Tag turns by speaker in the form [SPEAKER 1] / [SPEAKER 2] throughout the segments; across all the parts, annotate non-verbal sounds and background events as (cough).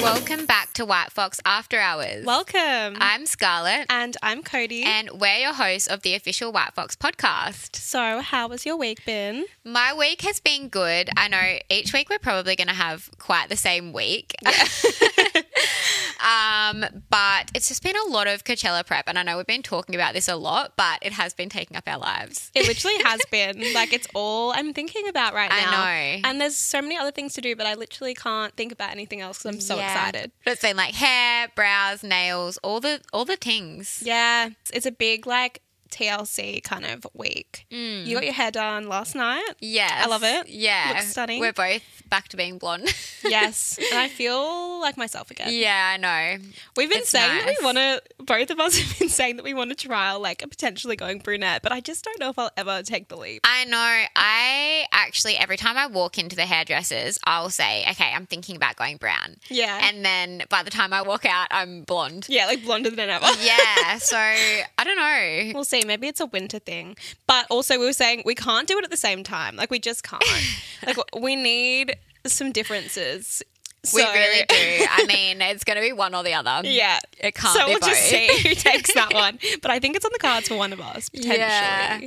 [SPEAKER 1] Welcome back to White Fox After Hours.
[SPEAKER 2] Welcome.
[SPEAKER 1] I'm Scarlett,
[SPEAKER 2] and I'm Cody.
[SPEAKER 1] and we're your hosts of the official White Fox podcast.
[SPEAKER 2] so, how has your week been?
[SPEAKER 1] My week has been good. I know each week we're probably going to have quite the same week. (laughs) um, but it's just been a lot of Coachella prep. And I know we've been talking about this a lot, but it has been taking up our lives.
[SPEAKER 2] It literally
[SPEAKER 1] (laughs)
[SPEAKER 2] has been. Like, it's all I'm thinking about right
[SPEAKER 1] I
[SPEAKER 2] now.
[SPEAKER 1] know.
[SPEAKER 2] And there's so many other things to do, but I literally can't think about anything else 'cause I'm so
[SPEAKER 1] Yeah.
[SPEAKER 2] excited.
[SPEAKER 1] But it's been like hair, brows, nails, all the all the things.
[SPEAKER 2] Yeah. It's, it's a big, like, TLC kind of week.
[SPEAKER 1] Mm.
[SPEAKER 2] You got your hair done last night.
[SPEAKER 1] (laughs) Yes.
[SPEAKER 2] I love it.
[SPEAKER 1] Yeah.
[SPEAKER 2] Looks stunning.
[SPEAKER 1] We're both back to being
[SPEAKER 2] (laughs)
[SPEAKER 1] blonde.
[SPEAKER 2] yes. And I feel like myself again.
[SPEAKER 1] yeah, I know.
[SPEAKER 2] We've been
[SPEAKER 1] It's
[SPEAKER 2] saying that
[SPEAKER 1] nice.
[SPEAKER 2] we want to, both of us (laughs) have been saying that we want to trial like potentially going brunette, but I just don't know if I'll ever take the leap.
[SPEAKER 1] I know. I actually, every time I walk into the hairdressers, I'll say, okay, I'm thinking about going brown.
[SPEAKER 2] Yeah.
[SPEAKER 1] And then by the time I walk out, I'm blonde.
[SPEAKER 2] yeah, like blonder than ever.
[SPEAKER 1] Yeah. So I don't know.
[SPEAKER 2] We'll see. Maybe it's a winter thing. But also, we were saying we can't do it at the same time. Like, we
[SPEAKER 1] (laughs)
[SPEAKER 2] just can't. like, we need some differences.
[SPEAKER 1] We
[SPEAKER 2] So-
[SPEAKER 1] really do. I mean, it's going to be one or the other.
[SPEAKER 2] Yeah.
[SPEAKER 1] It can't
[SPEAKER 2] so
[SPEAKER 1] be
[SPEAKER 2] we'll just
[SPEAKER 1] both. (laughs)
[SPEAKER 2] see who takes that one. But I think it's on the cards for one of us, potentially.
[SPEAKER 1] Yeah.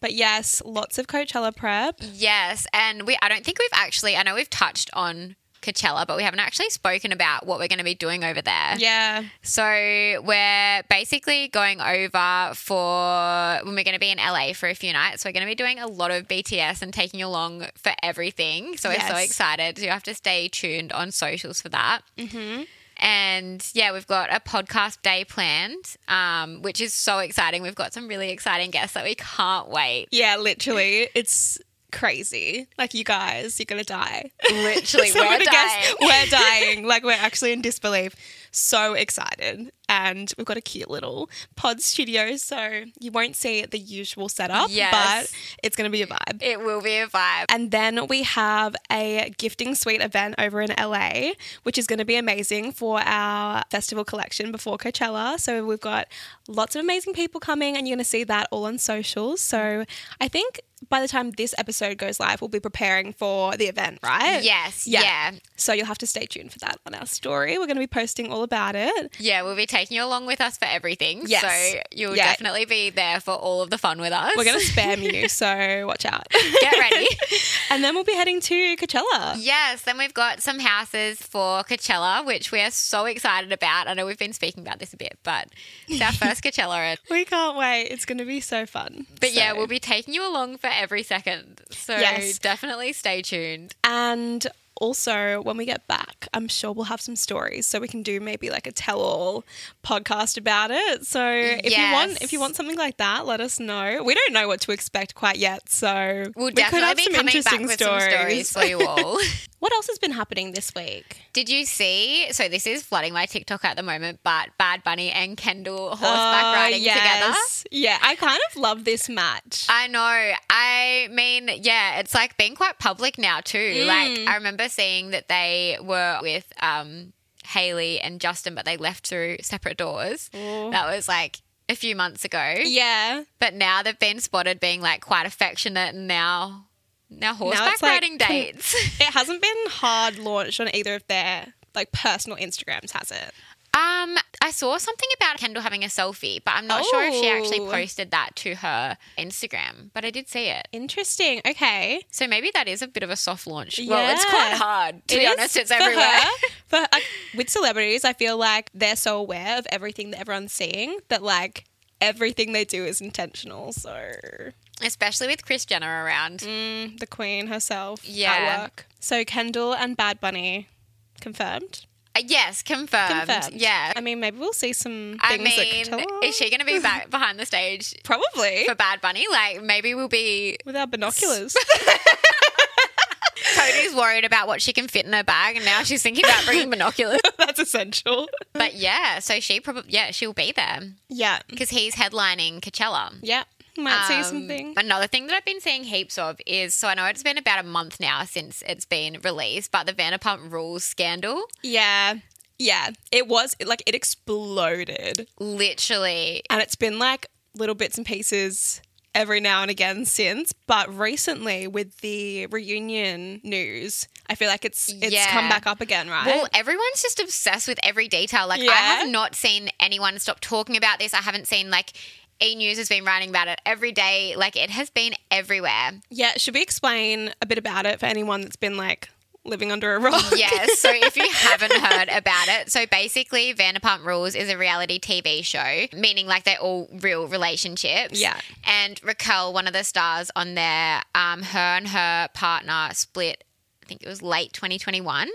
[SPEAKER 2] But yes, lots of Coachella prep.
[SPEAKER 1] Yes. And we, I don't think we've actually, I know we've touched on Coachella, but we haven't actually spoken about what we're going to be doing over there.
[SPEAKER 2] Yeah.
[SPEAKER 1] So we're basically going over for when we're going to be in LA for a few nights. We're going to be doing a lot of BTS and taking you along for everything. So we're so
[SPEAKER 2] Yes.
[SPEAKER 1] excited. You have to stay tuned on socials for that. Mm-hmm. And yeah, we've got a podcast day planned, um, which is so exciting. We've got some really exciting guests that we can't
[SPEAKER 2] (laughs)
[SPEAKER 1] wait.
[SPEAKER 2] Yeah, literally. It's crazy. Like, you guys, you're going to die.
[SPEAKER 1] Literally,
[SPEAKER 2] (laughs) So
[SPEAKER 1] we're
[SPEAKER 2] I'm gonna guess
[SPEAKER 1] dying.
[SPEAKER 2] we're
[SPEAKER 1] (laughs)
[SPEAKER 2] dying. Like we're actually in disbelief. So excited. And we've got a cute little pod studio. So you won't see the usual setup,
[SPEAKER 1] Yes.
[SPEAKER 2] but it's going to be a vibe.
[SPEAKER 1] It will be a vibe.
[SPEAKER 2] (laughs) And then we have a gifting suite event over in LA, which is going to be amazing for our festival collection before Coachella. So we've got lots of amazing people coming, and you're going to see that all on socials. So I think by the time this episode goes live, we'll be preparing for the event, right?
[SPEAKER 1] Yes.
[SPEAKER 2] Yeah.
[SPEAKER 1] yeah.
[SPEAKER 2] So you'll have to stay tuned for that on our story. We're going to be posting all about it.
[SPEAKER 1] Yeah, we'll be taking you along with us for everything.
[SPEAKER 2] Yes.
[SPEAKER 1] So you'll
[SPEAKER 2] Yeah.
[SPEAKER 1] definitely be there for all of the fun with us.
[SPEAKER 2] We're (laughs) going to spam you, so watch out.
[SPEAKER 1] (laughs) get ready.
[SPEAKER 2] (laughs) and then we'll be heading to Coachella.
[SPEAKER 1] yes, then we've got some houses for Coachella, which we are so excited about. I know we've been speaking about this a bit, but it's our
[SPEAKER 2] (laughs)
[SPEAKER 1] first Coachella.
[SPEAKER 2] We can't wait. It's going to be so fun.
[SPEAKER 1] But yeah,
[SPEAKER 2] So-
[SPEAKER 1] we'll be taking you along for every second. So
[SPEAKER 2] Yes.
[SPEAKER 1] definitely stay tuned.
[SPEAKER 2] And also, when we get back, I'm sure we'll have some stories, so we can do maybe like a tell-all podcast about it. So if you
[SPEAKER 1] Yes.
[SPEAKER 2] want, if you want something like that, let us know. We don't know what to expect quite yet, so
[SPEAKER 1] We'll
[SPEAKER 2] we could have
[SPEAKER 1] definitely
[SPEAKER 2] some
[SPEAKER 1] be coming back
[SPEAKER 2] interesting
[SPEAKER 1] with some stories for
[SPEAKER 2] (laughs)
[SPEAKER 1] you all.
[SPEAKER 2] What else has been happening this week?
[SPEAKER 1] Did you see? So this is flooding my TikTok at the moment, but Bad Bunny and Kendall horseback
[SPEAKER 2] Oh,
[SPEAKER 1] riding together.
[SPEAKER 2] yes. Yeah, I kind of love this match.
[SPEAKER 1] I know. I mean, yeah, it's like being quite public now too.
[SPEAKER 2] Mm.
[SPEAKER 1] Like I remember seeing that they were with um Haley and Justin, but they left through separate doors.
[SPEAKER 2] Ooh.
[SPEAKER 1] That was like a few months ago.
[SPEAKER 2] yeah.
[SPEAKER 1] But now they've been spotted being like quite affectionate and now now horseback
[SPEAKER 2] it's like-
[SPEAKER 1] riding dates. (laughs)
[SPEAKER 2] It hasn't been hard launched on either of their like personal Instagrams, has it?
[SPEAKER 1] um I saw something about Kendall having a selfie, but I'm not sure if she actually
[SPEAKER 2] Oh.
[SPEAKER 1] posted that to her Instagram, but I did see it.
[SPEAKER 2] Interesting. Okay.
[SPEAKER 1] So maybe that is a bit of a soft launch. Well, it's
[SPEAKER 2] Yeah.
[SPEAKER 1] quite hard. To
[SPEAKER 2] It
[SPEAKER 1] be
[SPEAKER 2] is
[SPEAKER 1] honest, it's
[SPEAKER 2] (laughs) for
[SPEAKER 1] everywhere.
[SPEAKER 2] her.
[SPEAKER 1] (laughs)
[SPEAKER 2] For like, with celebrities, I feel like they're so aware of everything that everyone's seeing that like everything they do is intentional. So
[SPEAKER 1] Especially with Chris Jenner around.
[SPEAKER 2] mm, the queen herself
[SPEAKER 1] Yeah.
[SPEAKER 2] at work. So Kendall and Bad Bunny confirmed.
[SPEAKER 1] Uh, yes, confirmed.
[SPEAKER 2] Confirmed.
[SPEAKER 1] Yeah.
[SPEAKER 2] I mean, maybe we'll see some
[SPEAKER 1] I
[SPEAKER 2] things
[SPEAKER 1] mean,
[SPEAKER 2] that Coachella.
[SPEAKER 1] is she going to be back behind the stage
[SPEAKER 2] Probably.
[SPEAKER 1] for Bad Bunny? Like, maybe we'll be.
[SPEAKER 2] With our binoculars.
[SPEAKER 1] Cody's worried about what she can fit in her bag, and now she's thinking about bringing
[SPEAKER 2] (laughs)
[SPEAKER 1] binoculars.
[SPEAKER 2] (laughs) That's essential.
[SPEAKER 1] But yeah, so she probably yeah she'll be there
[SPEAKER 2] Yeah.
[SPEAKER 1] because he's headlining Coachella.
[SPEAKER 2] Yeah. Might see
[SPEAKER 1] Um,
[SPEAKER 2] something.
[SPEAKER 1] Another thing that I've been seeing heaps of is so I know it's been about a month now since it's been released, but the Vanderpump Rules scandal.
[SPEAKER 2] Yeah. Yeah. It was like it exploded.
[SPEAKER 1] Literally.
[SPEAKER 2] And it's been like little bits and pieces every now and again since, but recently with the reunion news, I feel like it's it's
[SPEAKER 1] Yeah.
[SPEAKER 2] come back up again, right?
[SPEAKER 1] Well, everyone's just obsessed with every detail. Like,
[SPEAKER 2] Yeah.
[SPEAKER 1] I have not seen anyone stop talking about this. I haven't seen, like, E News has been writing about it every day. Like, it has been everywhere.
[SPEAKER 2] yeah, should we explain a bit about it for anyone that's been like living under a rock? (laughs)
[SPEAKER 1] (laughs) Yes. So if you haven't heard about it, so basically Vanderpump Rules is a reality TV show, meaning like they're all real relationships.
[SPEAKER 2] Yeah.
[SPEAKER 1] And Raquel, one of the stars on there, um, her and her partner split. I think it was late 2021.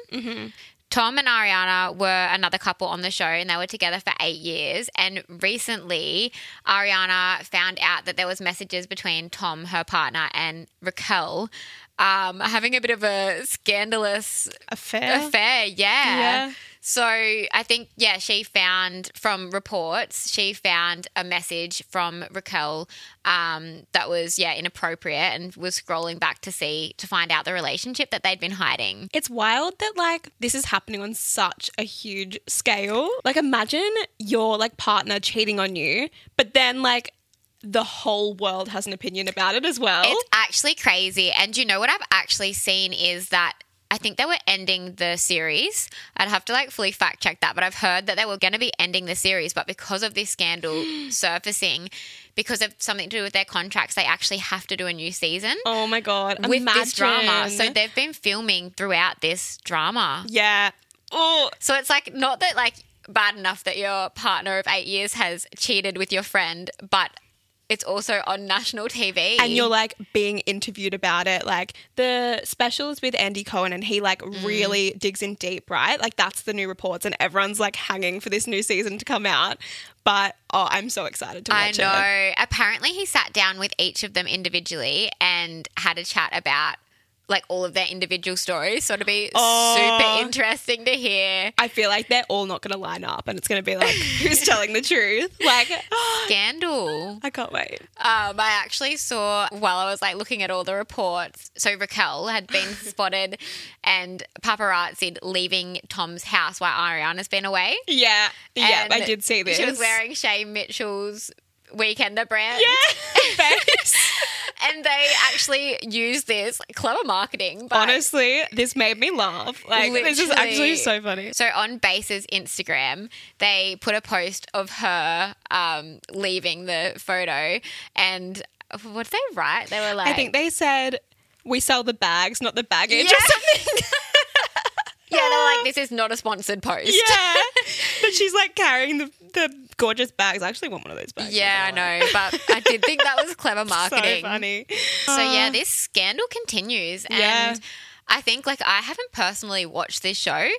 [SPEAKER 1] Tom and Ariana were another couple on the show and they were together for eight years. And recently, Ariana found out that there was messages between Tom, her partner, and Raquel um, having a bit of a scandalous
[SPEAKER 2] Affair.
[SPEAKER 1] affair. Yeah.
[SPEAKER 2] Yeah.
[SPEAKER 1] So I think, yeah, she found from reports, she found a message from Raquel um, that was, yeah, inappropriate and was scrolling back to see, to find out the relationship that they'd been hiding.
[SPEAKER 2] It's wild that like this is happening on such a huge scale. Like imagine your like partner cheating on you, but then like the whole world has an opinion about it as well.
[SPEAKER 1] It's actually crazy. And you know what I've actually seen is that I think they were ending the series. I'd have to like fully fact check that, but I've heard that they were going to be ending the series, but because of this scandal surfacing, because of something to do with their contracts, they actually have to do a new season
[SPEAKER 2] oh my god.
[SPEAKER 1] with this drama.
[SPEAKER 2] imagine.
[SPEAKER 1] So they've been filming throughout this drama.
[SPEAKER 2] yeah. Oh,
[SPEAKER 1] So it's like not that like bad enough that your partner of 8 years has cheated with your friend, but it's also on national TV.
[SPEAKER 2] and you're like being interviewed about it. Like the special is with Andy Cohen, and he like
[SPEAKER 1] Mm.
[SPEAKER 2] really digs in deep, right? Like that's the new reports, and everyone's like hanging for this new season to come out. But oh, I'm so excited to
[SPEAKER 1] I
[SPEAKER 2] watch it.
[SPEAKER 1] know. Apparently, he sat down with each of them individually and had a chat about like all of their individual stories. So it'll be
[SPEAKER 2] Oh.
[SPEAKER 1] super interesting to hear.
[SPEAKER 2] I feel like they're all not going to line up, and it's going to
[SPEAKER 1] (laughs)
[SPEAKER 2] be like, who's telling the truth? Like, (gasps)
[SPEAKER 1] Scandal.
[SPEAKER 2] I can't wait.
[SPEAKER 1] Um, I actually saw while I was like looking at all the reports. So Raquel had
[SPEAKER 2] (laughs)
[SPEAKER 1] been spotted and paparazzi leaving Tom's house while Ariana's been away.
[SPEAKER 2] Yeah, yeah,
[SPEAKER 1] And
[SPEAKER 2] I did see this.
[SPEAKER 1] She was wearing Shay Mitchell's weekender brand. (laughs)
[SPEAKER 2] yeah, face.
[SPEAKER 1] And they actually used this clever marketing. But
[SPEAKER 2] Honestly, this made me laugh. Like, this is actually
[SPEAKER 1] Literally.
[SPEAKER 2] so funny.
[SPEAKER 1] So on Base's Instagram, they put a post of her um, leaving the photo, and what did they write? They were like,
[SPEAKER 2] I think they said we sell the bags, not the
[SPEAKER 1] yeah.
[SPEAKER 2] baggage.
[SPEAKER 1] (laughs) yeah, they were like, this is not a sponsored post.
[SPEAKER 2] (laughs) yeah, but she's like carrying the, the gorgeous bags. I actually want one of those bags.
[SPEAKER 1] (laughs) Yeah, I know, but I did think that was clever marketing.
[SPEAKER 2] (laughs) So funny.
[SPEAKER 1] So yeah, this scandal continues, and
[SPEAKER 2] Yeah.
[SPEAKER 1] I think like I haven't personally watched this show,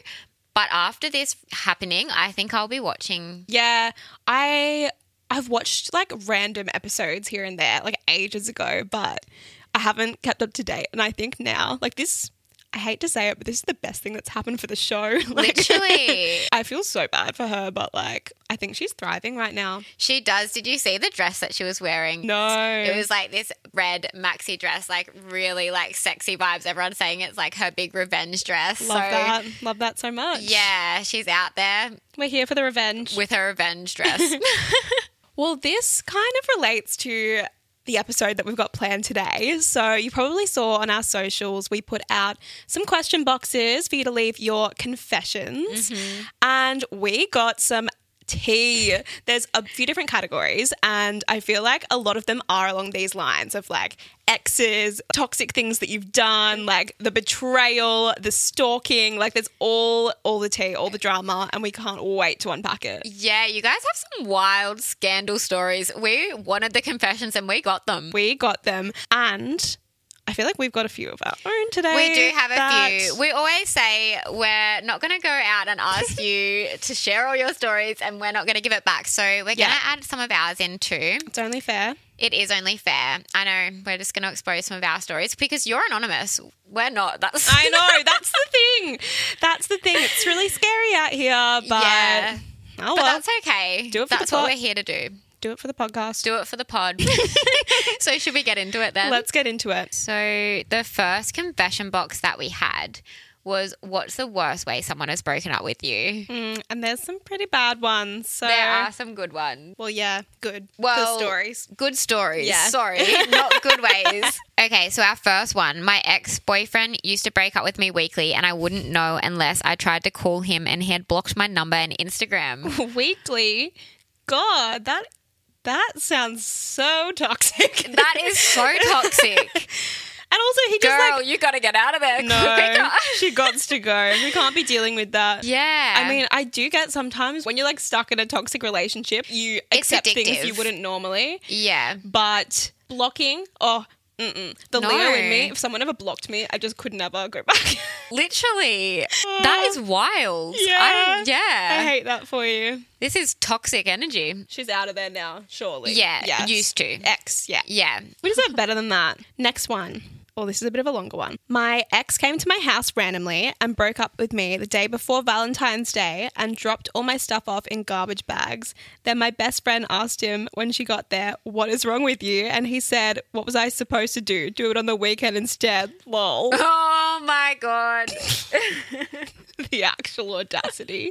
[SPEAKER 1] but after this happening, I think I'll be watching.
[SPEAKER 2] (laughs) Yeah, I I've watched like random episodes here and there, like ages ago, but I haven't kept up to date. And I think now, like this, I hate to say it, but this is the best thing that's happened for the show. (laughs) Like,
[SPEAKER 1] Literally,
[SPEAKER 2] (laughs) I feel so bad for her, but like I think she's thriving right now.
[SPEAKER 1] She does. Did you see the dress that she was wearing?
[SPEAKER 2] No,
[SPEAKER 1] It was like this red maxi dress, like really like sexy vibes. Everyone's saying it's like her big revenge dress.
[SPEAKER 2] love
[SPEAKER 1] so
[SPEAKER 2] that, love that so much.
[SPEAKER 1] yeah, she's out there
[SPEAKER 2] we're here for the revenge.
[SPEAKER 1] with her revenge
[SPEAKER 2] (laughs)
[SPEAKER 1] dress.
[SPEAKER 2] Well, this kind of relates to the episode that we've got planned today. So, you probably saw on our socials, we put out some question boxes for you to leave your confessions. And we got some tea. There's a few different categories, and I feel like a lot of them are along these lines of like exes, toxic things that you've done, like the betrayal, the stalking, like there's all all the tea, all the drama, and we can't wait to unpack it.
[SPEAKER 1] yeah, you guys have some wild scandal stories. We wanted the confessions and we got them.
[SPEAKER 2] we got them and I feel like we've got a few of our own today.
[SPEAKER 1] We do have
[SPEAKER 2] that-
[SPEAKER 1] a few. We always say we're not going to go out and ask
[SPEAKER 2] (laughs)
[SPEAKER 1] you to share all your stories and we're not going to give it back. So we're going to
[SPEAKER 2] Yeah.
[SPEAKER 1] add some of ours in too.
[SPEAKER 2] It's only fair.
[SPEAKER 1] It is only fair. I know we're just going to expose some of our stories because you're anonymous. We're not. (laughs) That's
[SPEAKER 2] I know. That's the thing. That's the thing. It's really scary out here, but
[SPEAKER 1] Yeah.
[SPEAKER 2] oh well.
[SPEAKER 1] But that's okay.
[SPEAKER 2] Do it for the
[SPEAKER 1] that's what
[SPEAKER 2] pod.
[SPEAKER 1] we're here to do.
[SPEAKER 2] do it for the podcast.
[SPEAKER 1] Do it for the
[SPEAKER 2] (laughs)
[SPEAKER 1] pod. (laughs) so should we get into it then?
[SPEAKER 2] Let's get into it.
[SPEAKER 1] so the first confession box that we had was what's the worst way someone has broken up with you?
[SPEAKER 2] Mm, and there's some pretty bad ones. So,
[SPEAKER 1] There are some good ones.
[SPEAKER 2] well, yeah, good.
[SPEAKER 1] Well-
[SPEAKER 2] good stories.
[SPEAKER 1] Good stories.
[SPEAKER 2] Yeah.
[SPEAKER 1] Sorry, not good ways. Okay, so our first one. My ex boyfriend used to break up with me weekly, and I wouldn't know unless I tried to call him and he had blocked my number and
[SPEAKER 2] (laughs)
[SPEAKER 1] Instagram.
[SPEAKER 2] Weekly. God, that that sounds so toxic. and (laughs)
[SPEAKER 1] That is so toxic.
[SPEAKER 2] also, he just
[SPEAKER 1] Girl, (laughs)
[SPEAKER 2] like
[SPEAKER 1] you got to get out of there.
[SPEAKER 2] no, (laughs)
[SPEAKER 1] quicker.
[SPEAKER 2] she gots to go. We can't be dealing with that.
[SPEAKER 1] Yeah.
[SPEAKER 2] I mean, I do get sometimes when you're like stuck in a toxic relationship, you
[SPEAKER 1] It's
[SPEAKER 2] accept things
[SPEAKER 1] addictive.
[SPEAKER 2] you wouldn't normally.
[SPEAKER 1] yeah.
[SPEAKER 2] But blocking, oh, mm-mm. the
[SPEAKER 1] No.
[SPEAKER 2] Leo in me, if someone ever blocked me, I just could never go (laughs) back.
[SPEAKER 1] Literally, that is wild. I,
[SPEAKER 2] Yeah.
[SPEAKER 1] Oh. yeah.
[SPEAKER 2] I hate that for you.
[SPEAKER 1] this is toxic energy.
[SPEAKER 2] She's out of there now, surely.
[SPEAKER 1] Yeah,
[SPEAKER 2] Yes.
[SPEAKER 1] used to.
[SPEAKER 2] Ex, yeah.
[SPEAKER 1] Yeah.
[SPEAKER 2] We deserve better than that. Next one. Oh, this is a bit of a longer one. My ex came to my house randomly and broke up with me the day before Valentine's Day and dropped all my stuff off in garbage bags. Then my best friend asked him when she got there, What is wrong with you? And he said, What was I supposed to do? Do it on the weekend instead.
[SPEAKER 1] (laughs)
[SPEAKER 2] Lol. (laughs)
[SPEAKER 1] Oh my god.
[SPEAKER 2] the actual audacity.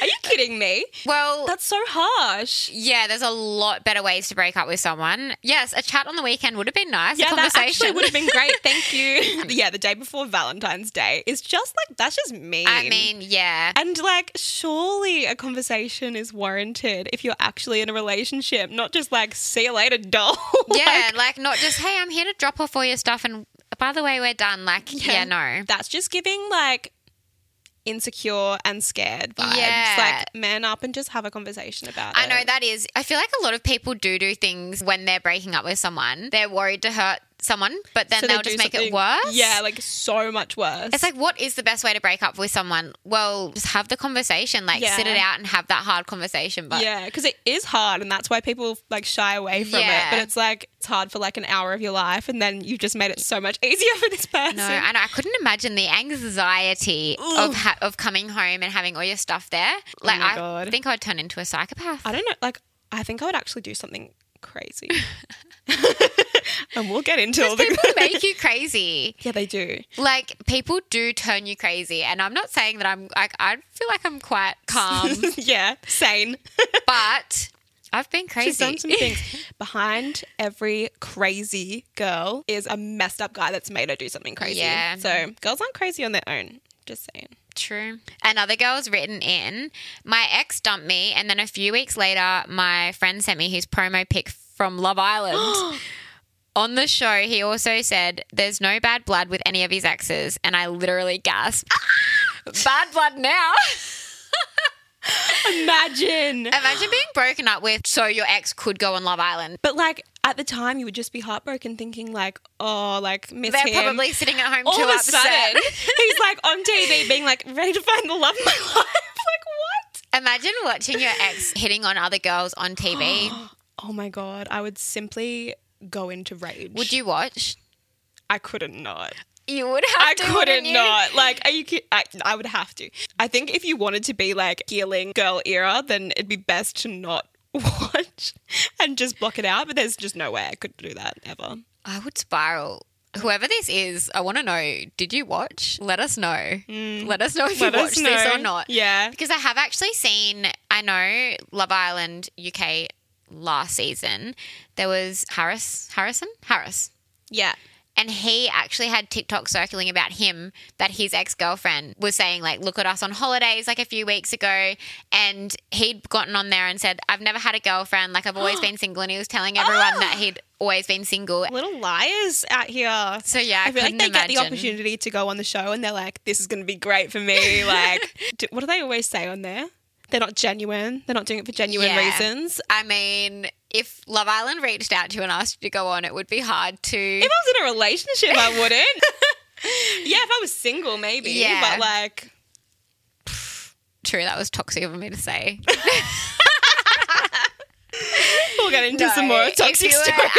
[SPEAKER 2] Are you kidding me?
[SPEAKER 1] Well,
[SPEAKER 2] That's so harsh.
[SPEAKER 1] yeah, there's a lot better ways to break up with someone. Yes, a chat on the weekend would have been nice. a
[SPEAKER 2] Yeah, that
[SPEAKER 1] conversation
[SPEAKER 2] actually would have been great.
[SPEAKER 1] (laughs)
[SPEAKER 2] Thank you. yeah, the day before Valentine's Day is just like, that's just mean.
[SPEAKER 1] I mean, yeah.
[SPEAKER 2] And like, surely a conversation is warranted if you're actually in a relationship, not just like, see you later, doll. (laughs) Like,
[SPEAKER 1] yeah, like not just, hey, I'm here to drop off all your stuff and by the way, we're done. Like, yeah, no.
[SPEAKER 2] That's just giving like insecure and scared vibes.
[SPEAKER 1] Yeah.
[SPEAKER 2] Like, man up and just have a conversation about
[SPEAKER 1] I
[SPEAKER 2] it.
[SPEAKER 1] know that is. I feel like a lot of people do do things when they're breaking up with someone. They're worried to hurt someone, but then
[SPEAKER 2] So they
[SPEAKER 1] they'll
[SPEAKER 2] do
[SPEAKER 1] just make it
[SPEAKER 2] something-
[SPEAKER 1] worse.
[SPEAKER 2] Yeah, like so much worse.
[SPEAKER 1] It's like, what is the best way to break up with someone? Well, just have the conversation, like
[SPEAKER 2] Yeah.
[SPEAKER 1] sit it out and have that hard conversation. But
[SPEAKER 2] yeah, because it is hard, and that's why people like shy away from
[SPEAKER 1] Yeah.
[SPEAKER 2] it. But it's like it's hard for like an hour of your life, and then you've just made it so much (laughs) easier for this person.
[SPEAKER 1] no, I know. I couldn't imagine the anxiety of ha- of coming home and having all your stuff there. Like,
[SPEAKER 2] Oh my
[SPEAKER 1] I
[SPEAKER 2] God.
[SPEAKER 1] think I would turn into a psychopath.
[SPEAKER 2] I don't know. Like, I think I would actually do something crazy.
[SPEAKER 1] (laughs)
[SPEAKER 2] (laughs) and we'll get into all
[SPEAKER 1] People
[SPEAKER 2] (laughs) the.
[SPEAKER 1] make you crazy.
[SPEAKER 2] yeah,
[SPEAKER 1] (laughs)
[SPEAKER 2] they do.
[SPEAKER 1] Like people do turn you crazy, and I'm not saying that I'm like I feel like I'm quite calm,
[SPEAKER 2] (laughs) yeah, sane.
[SPEAKER 1] but I've been crazy. (laughs)
[SPEAKER 2] (laughs) She's done some things. Behind every crazy girl is a messed up guy that's made her do something crazy.
[SPEAKER 1] Yeah.
[SPEAKER 2] So girls aren't crazy on their own. Just saying.
[SPEAKER 1] True. Another girl's written in, my ex dumped me, and then a few weeks later, my friend sent me his promo pic from Love Island. (gasps) On the show, he also said, There's no bad blood with any of his exes. And I literally gasped, Bad blood now.
[SPEAKER 2] Imagine.
[SPEAKER 1] Imagine being broken up with so your ex could go on Love Island.
[SPEAKER 2] (laughs) But like at the time, you would just be heartbroken, thinking like, "Oh, like miss
[SPEAKER 1] They're
[SPEAKER 2] him."
[SPEAKER 1] probably sitting at home
[SPEAKER 2] all
[SPEAKER 1] too
[SPEAKER 2] of a
[SPEAKER 1] upset. (laughs)
[SPEAKER 2] sudden, he's like on TV, being like, "Ready to find the love of my (laughs) life." like what?
[SPEAKER 1] Imagine watching your ex hitting on other girls on (gasps) TV.
[SPEAKER 2] Oh my god, I would simply go into rage.
[SPEAKER 1] would you watch?
[SPEAKER 2] I couldn't not.
[SPEAKER 1] You would have
[SPEAKER 2] I
[SPEAKER 1] to.
[SPEAKER 2] couldn't
[SPEAKER 1] wouldn't you?
[SPEAKER 2] not. Like, are you? ki- I, I would have to. I think if you wanted to be like healing girl era, then it'd be best to not (laughs) watch and just block it out. But there's just no way I could do that ever.
[SPEAKER 1] I would spiral. Whoever this is, I want to know. Did you watch? Let us know. Let us know if
[SPEAKER 2] Mm. Let
[SPEAKER 1] you
[SPEAKER 2] us
[SPEAKER 1] watched this
[SPEAKER 2] know.
[SPEAKER 1] or not.
[SPEAKER 2] Yeah.
[SPEAKER 1] Because I have actually seen. I know Love Island UK last season. There was Harris, Harrison, Harris,
[SPEAKER 2] Yeah.
[SPEAKER 1] and he actually had TikTok circulating about him that his ex girlfriend was saying, like, look at us on holidays like a few weeks ago. And he'd gotten on there and said, I've never had a girlfriend. Like, I've
[SPEAKER 2] (gasps)
[SPEAKER 1] always been single. And he was telling everyone that he'd always been single.
[SPEAKER 2] Little liars out here.
[SPEAKER 1] So, yeah, I,
[SPEAKER 2] I feel like
[SPEAKER 1] couldn't
[SPEAKER 2] they get
[SPEAKER 1] imagine.
[SPEAKER 2] the opportunity to go on the show and they're like, this is going to be great for me. Like,
[SPEAKER 1] (laughs)
[SPEAKER 2] do, what do they always say on there? They're not genuine. They're not doing it for genuine
[SPEAKER 1] Yeah.
[SPEAKER 2] reasons.
[SPEAKER 1] I mean, if Love Island reached out to you and asked you to go on, it would be hard to.
[SPEAKER 2] If I was in a relationship, I wouldn't.
[SPEAKER 1] (laughs)
[SPEAKER 2] yeah, if I was single, maybe.
[SPEAKER 1] Yeah.
[SPEAKER 2] But like,
[SPEAKER 1] True, that was toxic of me to say.
[SPEAKER 2] (laughs) we'll get into some more
[SPEAKER 1] if
[SPEAKER 2] toxic
[SPEAKER 1] you were
[SPEAKER 2] (laughs) stories.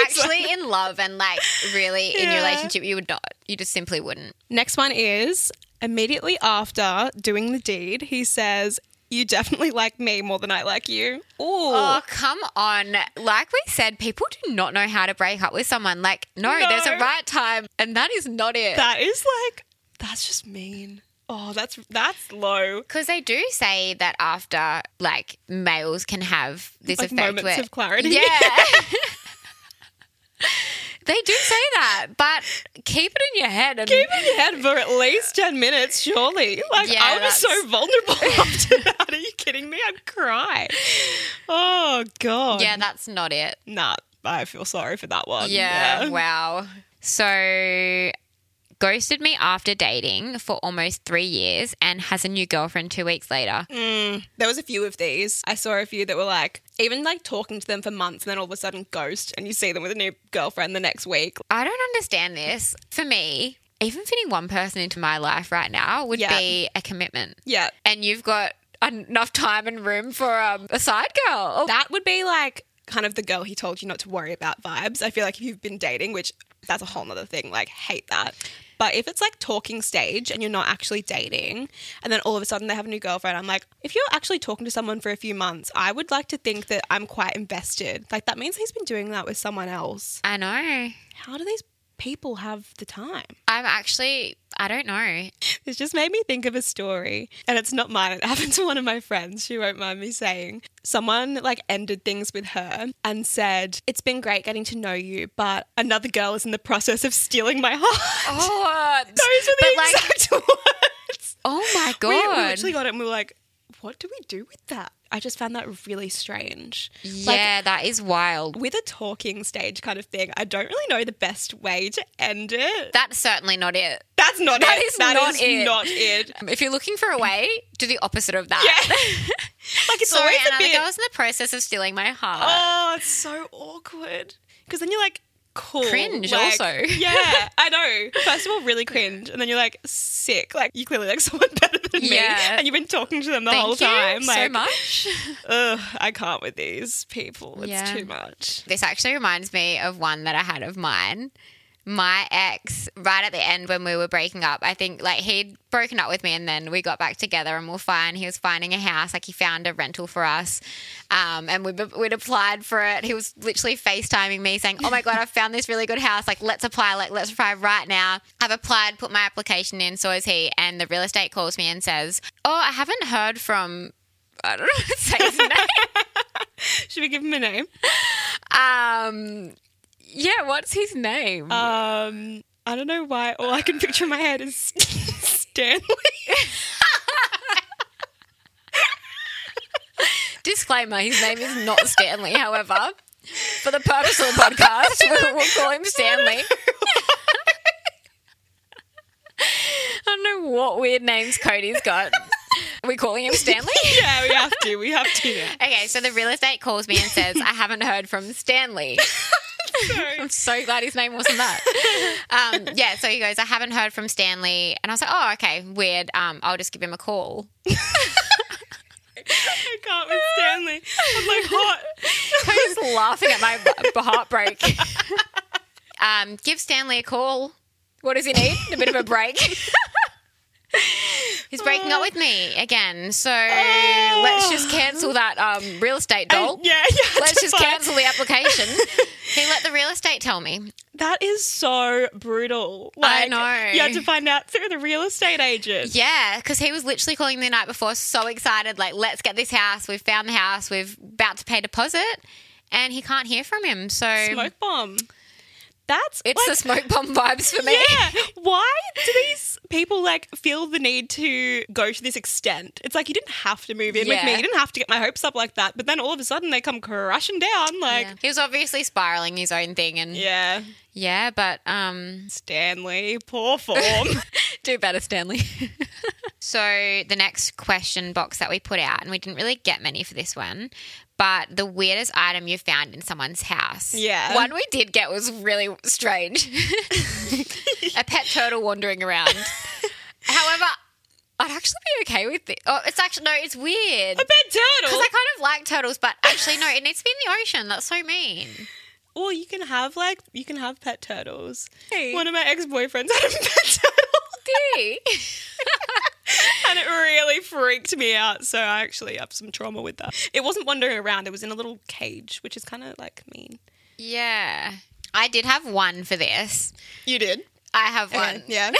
[SPEAKER 1] actually in love and like really in your
[SPEAKER 2] Yeah.
[SPEAKER 1] relationship, you would not. You just simply wouldn't.
[SPEAKER 2] Next one is immediately after doing the deed, he says, you definitely like me more than I like you. Ooh.
[SPEAKER 1] Oh, come on. Like we said, people do not know how to break up with someone. Like, no,
[SPEAKER 2] No.
[SPEAKER 1] there's a right time, and that is not it.
[SPEAKER 2] That is like, that's just mean. Oh, that's that's low.
[SPEAKER 1] Because they do say that after, like, males can have this
[SPEAKER 2] Like
[SPEAKER 1] effect
[SPEAKER 2] moments
[SPEAKER 1] where-
[SPEAKER 2] of clarity.
[SPEAKER 1] Yeah.
[SPEAKER 2] (laughs)
[SPEAKER 1] they do say that, but keep it in your head. And
[SPEAKER 2] Keep in your head for at least ten minutes, surely. Like
[SPEAKER 1] Yeah,
[SPEAKER 2] I was so
[SPEAKER 1] that's-
[SPEAKER 2] vulnerable (laughs) after that. Are you kidding me? I'd cry. Oh god.
[SPEAKER 1] yeah, that's not it.
[SPEAKER 2] Nah, I feel sorry for that one.
[SPEAKER 1] Yeah, wow. So, ghosted me after dating for almost three years and has a new girlfriend two weeks later.
[SPEAKER 2] Mm. There was a few of these. I saw a few that were like even like talking to them for months and then all of a sudden ghost and you see them with a new girlfriend the next week.
[SPEAKER 1] I don't understand this. For me, even fitting one person into my life right now would
[SPEAKER 2] Yeah.
[SPEAKER 1] be a commitment.
[SPEAKER 2] Yeah.
[SPEAKER 1] And you've got enough time and room for um, a side girl.
[SPEAKER 2] That would be like kind of the girl he told you not to worry about vibes. I feel like if you've been dating, which that's a whole nother thing, like hate that. But if it's like talking stage and you're not actually dating, and then all of a sudden they have a new girlfriend, I'm like, if you're actually talking to someone for a few months, I would like to think that I'm quite invested. Like that means he's been doing that with someone else.
[SPEAKER 1] I know.
[SPEAKER 2] How do these people have the time?
[SPEAKER 1] I'm actually, I don't know.
[SPEAKER 2] This just made me think of a story, and it's not mine. It (laughs) happened to one of my friends. She won't mind me saying. Someone like ended things with her and said, "It's been great getting to know you, but another girl is in the process of stealing my
[SPEAKER 1] (laughs)
[SPEAKER 2] (laughs) heart."
[SPEAKER 1] Oh,
[SPEAKER 2] Those were the
[SPEAKER 1] but like,
[SPEAKER 2] exact (laughs) words.
[SPEAKER 1] oh (laughs) my
[SPEAKER 2] We, we
[SPEAKER 1] God.
[SPEAKER 2] actually got it, and we were like, "What do we do with that?" I just found that really strange. Like,
[SPEAKER 1] yeah, that is wild.
[SPEAKER 2] with a talking stage kind of thing, I don't really know the best way to end it.
[SPEAKER 1] That's certainly not it.
[SPEAKER 2] That's not
[SPEAKER 1] That
[SPEAKER 2] it.
[SPEAKER 1] is not
[SPEAKER 2] is
[SPEAKER 1] it.
[SPEAKER 2] not
[SPEAKER 1] (laughs)
[SPEAKER 2] it.
[SPEAKER 1] If you're looking for a way, do the opposite of that.
[SPEAKER 2] Yeah. (laughs) like it's
[SPEAKER 1] Sorry,
[SPEAKER 2] always a
[SPEAKER 1] another
[SPEAKER 2] bit.
[SPEAKER 1] girl's in the process of stealing my heart.
[SPEAKER 2] (laughs) Oh, it's so awkward. Because then you're like, cool.
[SPEAKER 1] Cringe
[SPEAKER 2] like-
[SPEAKER 1] also. (laughs)
[SPEAKER 2] yeah, I know. First of all, really cringe. And then you're like, sick. Like, you clearly like (laughs) someone better than me.
[SPEAKER 1] Yeah.
[SPEAKER 2] And you've been talking to them the
[SPEAKER 1] Thank
[SPEAKER 2] whole
[SPEAKER 1] you
[SPEAKER 2] time.
[SPEAKER 1] so
[SPEAKER 2] like,
[SPEAKER 1] much.
[SPEAKER 2] Ugh, I can't with these people. It's
[SPEAKER 1] Yeah.
[SPEAKER 2] too much.
[SPEAKER 1] This actually reminds me of one that I had of mine. My ex, right at the end when we were breaking up, I think like he'd broken up with me and then we got back together and we we're fine. He was finding a house, like he found a rental for us. Um, and we'd, we'd applied for it. He was literally FaceTiming me saying, Oh my God, I found this really good house. Like, let's apply. Like, let's apply right now. I've applied, put my application in. So is he. And the real estate calls me and says, Oh, I haven't heard from, I don't know, how to say his (laughs) name.
[SPEAKER 2] Should we give him a name?
[SPEAKER 1] Um, yeah, what's his name?
[SPEAKER 2] Um, I don't know why. All I can picture in my head is (laughs) Stanley.
[SPEAKER 1] Disclaimer: His name is not Stanley. However, for the purpose of the podcast, we'll, we'll call him Stanley. (laughs) I don't know what weird names Cody's got. Are we calling him Stanley?
[SPEAKER 2] (laughs) yeah, we have to. We have to
[SPEAKER 1] (laughs)
[SPEAKER 2] now.
[SPEAKER 1] Okay, so the real estate calls me and says, I haven't heard from Stanley.
[SPEAKER 2] Sorry.
[SPEAKER 1] I'm so glad his name wasn't that. Um, yeah, so he goes, I haven't heard from Stanley. And I was like, oh, okay, weird. Um, I'll just give him a call.
[SPEAKER 2] I can't with Stanley. I'm like, hot.
[SPEAKER 1] Cody's laughing at my b- heartbreak.
[SPEAKER 2] (laughs)
[SPEAKER 1] um, give Stanley a call. What does he need? A bit of a break. He's breaking up with me again, so let's just cancel that um, real estate doll.
[SPEAKER 2] Yeah, yeah.
[SPEAKER 1] Let's just
[SPEAKER 2] Fine.
[SPEAKER 1] cancel the application. he let the real estate tell me.
[SPEAKER 2] That is so brutal.
[SPEAKER 1] I
[SPEAKER 2] Like,
[SPEAKER 1] know.
[SPEAKER 2] You had to find out through the real estate agent.
[SPEAKER 1] Yeah, because he was literally calling me the night before, so excited, like, let's get this house. We've found the house. We've about to pay deposit, and he can't hear from him. So
[SPEAKER 2] Smoke bomb. That's
[SPEAKER 1] um, it's the
[SPEAKER 2] like,
[SPEAKER 1] smoke bomb vibes for me.
[SPEAKER 2] yeah. Why do these people like feel the need to go to this extent? It's like you didn't have to move in with
[SPEAKER 1] Yeah.
[SPEAKER 2] me. You didn't have to get my hopes up like that. But then all of a sudden they come crashing down. Like,
[SPEAKER 1] Yeah. he was obviously spiraling his own thing, and yeah,
[SPEAKER 2] yeah,
[SPEAKER 1] but um,
[SPEAKER 2] Stanley, poor form.
[SPEAKER 1] (laughs) do better, Stanley. (laughs) so the next question box that we put out, and we didn't really get many for this one, but the weirdest item you found in someone's house.
[SPEAKER 2] Yeah.
[SPEAKER 1] one we did get was really (laughs) strange. A pet turtle wandering (laughs) around. However, I'd actually be okay with it. Oh, it's actually no, it's weird.
[SPEAKER 2] A bed
[SPEAKER 1] (laughs)
[SPEAKER 2] turtle.
[SPEAKER 1] Because I kind of like turtles, but actually, no, it needs to be in the ocean. That's so mean. (laughs)
[SPEAKER 2] Or you can have like you can have pet turtles.
[SPEAKER 1] Hey.
[SPEAKER 2] One of my ex boyfriends (laughs) had a pet turtle, and it really freaked me out. So I actually have some trauma with that. It wasn't wandering around; it was in a little cage, which is kind of like mean.
[SPEAKER 1] Yeah. I did have one for this.
[SPEAKER 2] You did
[SPEAKER 1] (laughs) I have one.
[SPEAKER 2] yeah.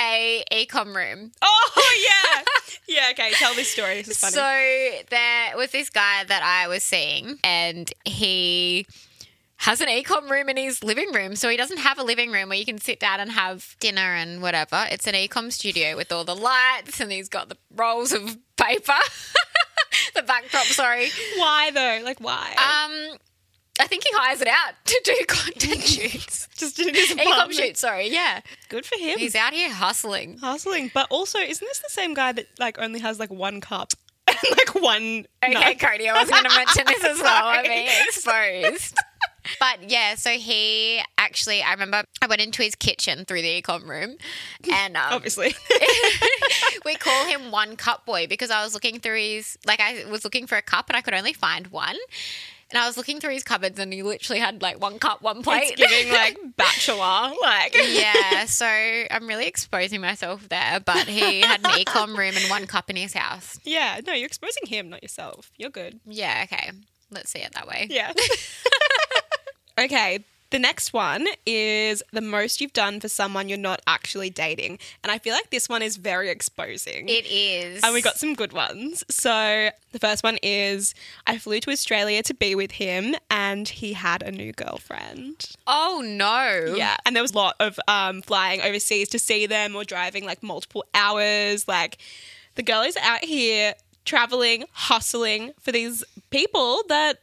[SPEAKER 1] a ecom room.
[SPEAKER 2] Oh yeah, yeah. Okay, tell this story. This is funny.
[SPEAKER 1] So there was this guy that I was seeing, and he has an ecom room in his living room. So he doesn't have a living room where you can sit down and have dinner and whatever. It's an ecom studio with all the lights, and he's got the rolls of paper, (laughs) the backdrop. Sorry.
[SPEAKER 2] why though? Like why?
[SPEAKER 1] Um, I think he hires it out to do (laughs) content
[SPEAKER 2] (laughs)
[SPEAKER 1] shoots.
[SPEAKER 2] Just in his
[SPEAKER 1] Ecom
[SPEAKER 2] apartment.
[SPEAKER 1] shoots, sorry, yeah.
[SPEAKER 2] Good for him.
[SPEAKER 1] He's out here hustling.
[SPEAKER 2] hustling. But also, isn't this the same guy that like only has like one cup (laughs) and like one?
[SPEAKER 1] Okay,
[SPEAKER 2] knife?
[SPEAKER 1] Cody, I was going to mention this as well. I
[SPEAKER 2] Sorry.
[SPEAKER 1] (laughs) mean, exposed. But yeah, so he actually, I remember I went into his kitchen through the ecom room and um,
[SPEAKER 2] Obviously.
[SPEAKER 1] we call him One Cup Boy because I was looking through his, like, I was looking for a cup and I could only find one. And I was looking through his cupboards and he literally had like one cup, one plate.
[SPEAKER 2] It's
[SPEAKER 1] (laughs)
[SPEAKER 2] giving like bachelor, like
[SPEAKER 1] yeah, so I'm really exposing myself there. But he had an ecom room and one cup in his house.
[SPEAKER 2] yeah. No, you're exposing him, not yourself. You're good.
[SPEAKER 1] Yeah, okay. Let's see it that way.
[SPEAKER 2] Yeah. (laughs) okay. The next one is the most you've done for someone you're not actually dating, and I feel like this one is very exposing.
[SPEAKER 1] It is.
[SPEAKER 2] and we got some good ones. So the first one is I flew to Australia to be with him, and he had a new girlfriend.
[SPEAKER 1] Oh no.
[SPEAKER 2] Yeah, and there was a lot of um, flying overseas to see them or driving like multiple hours. Like the girl is out here traveling, hustling for these people that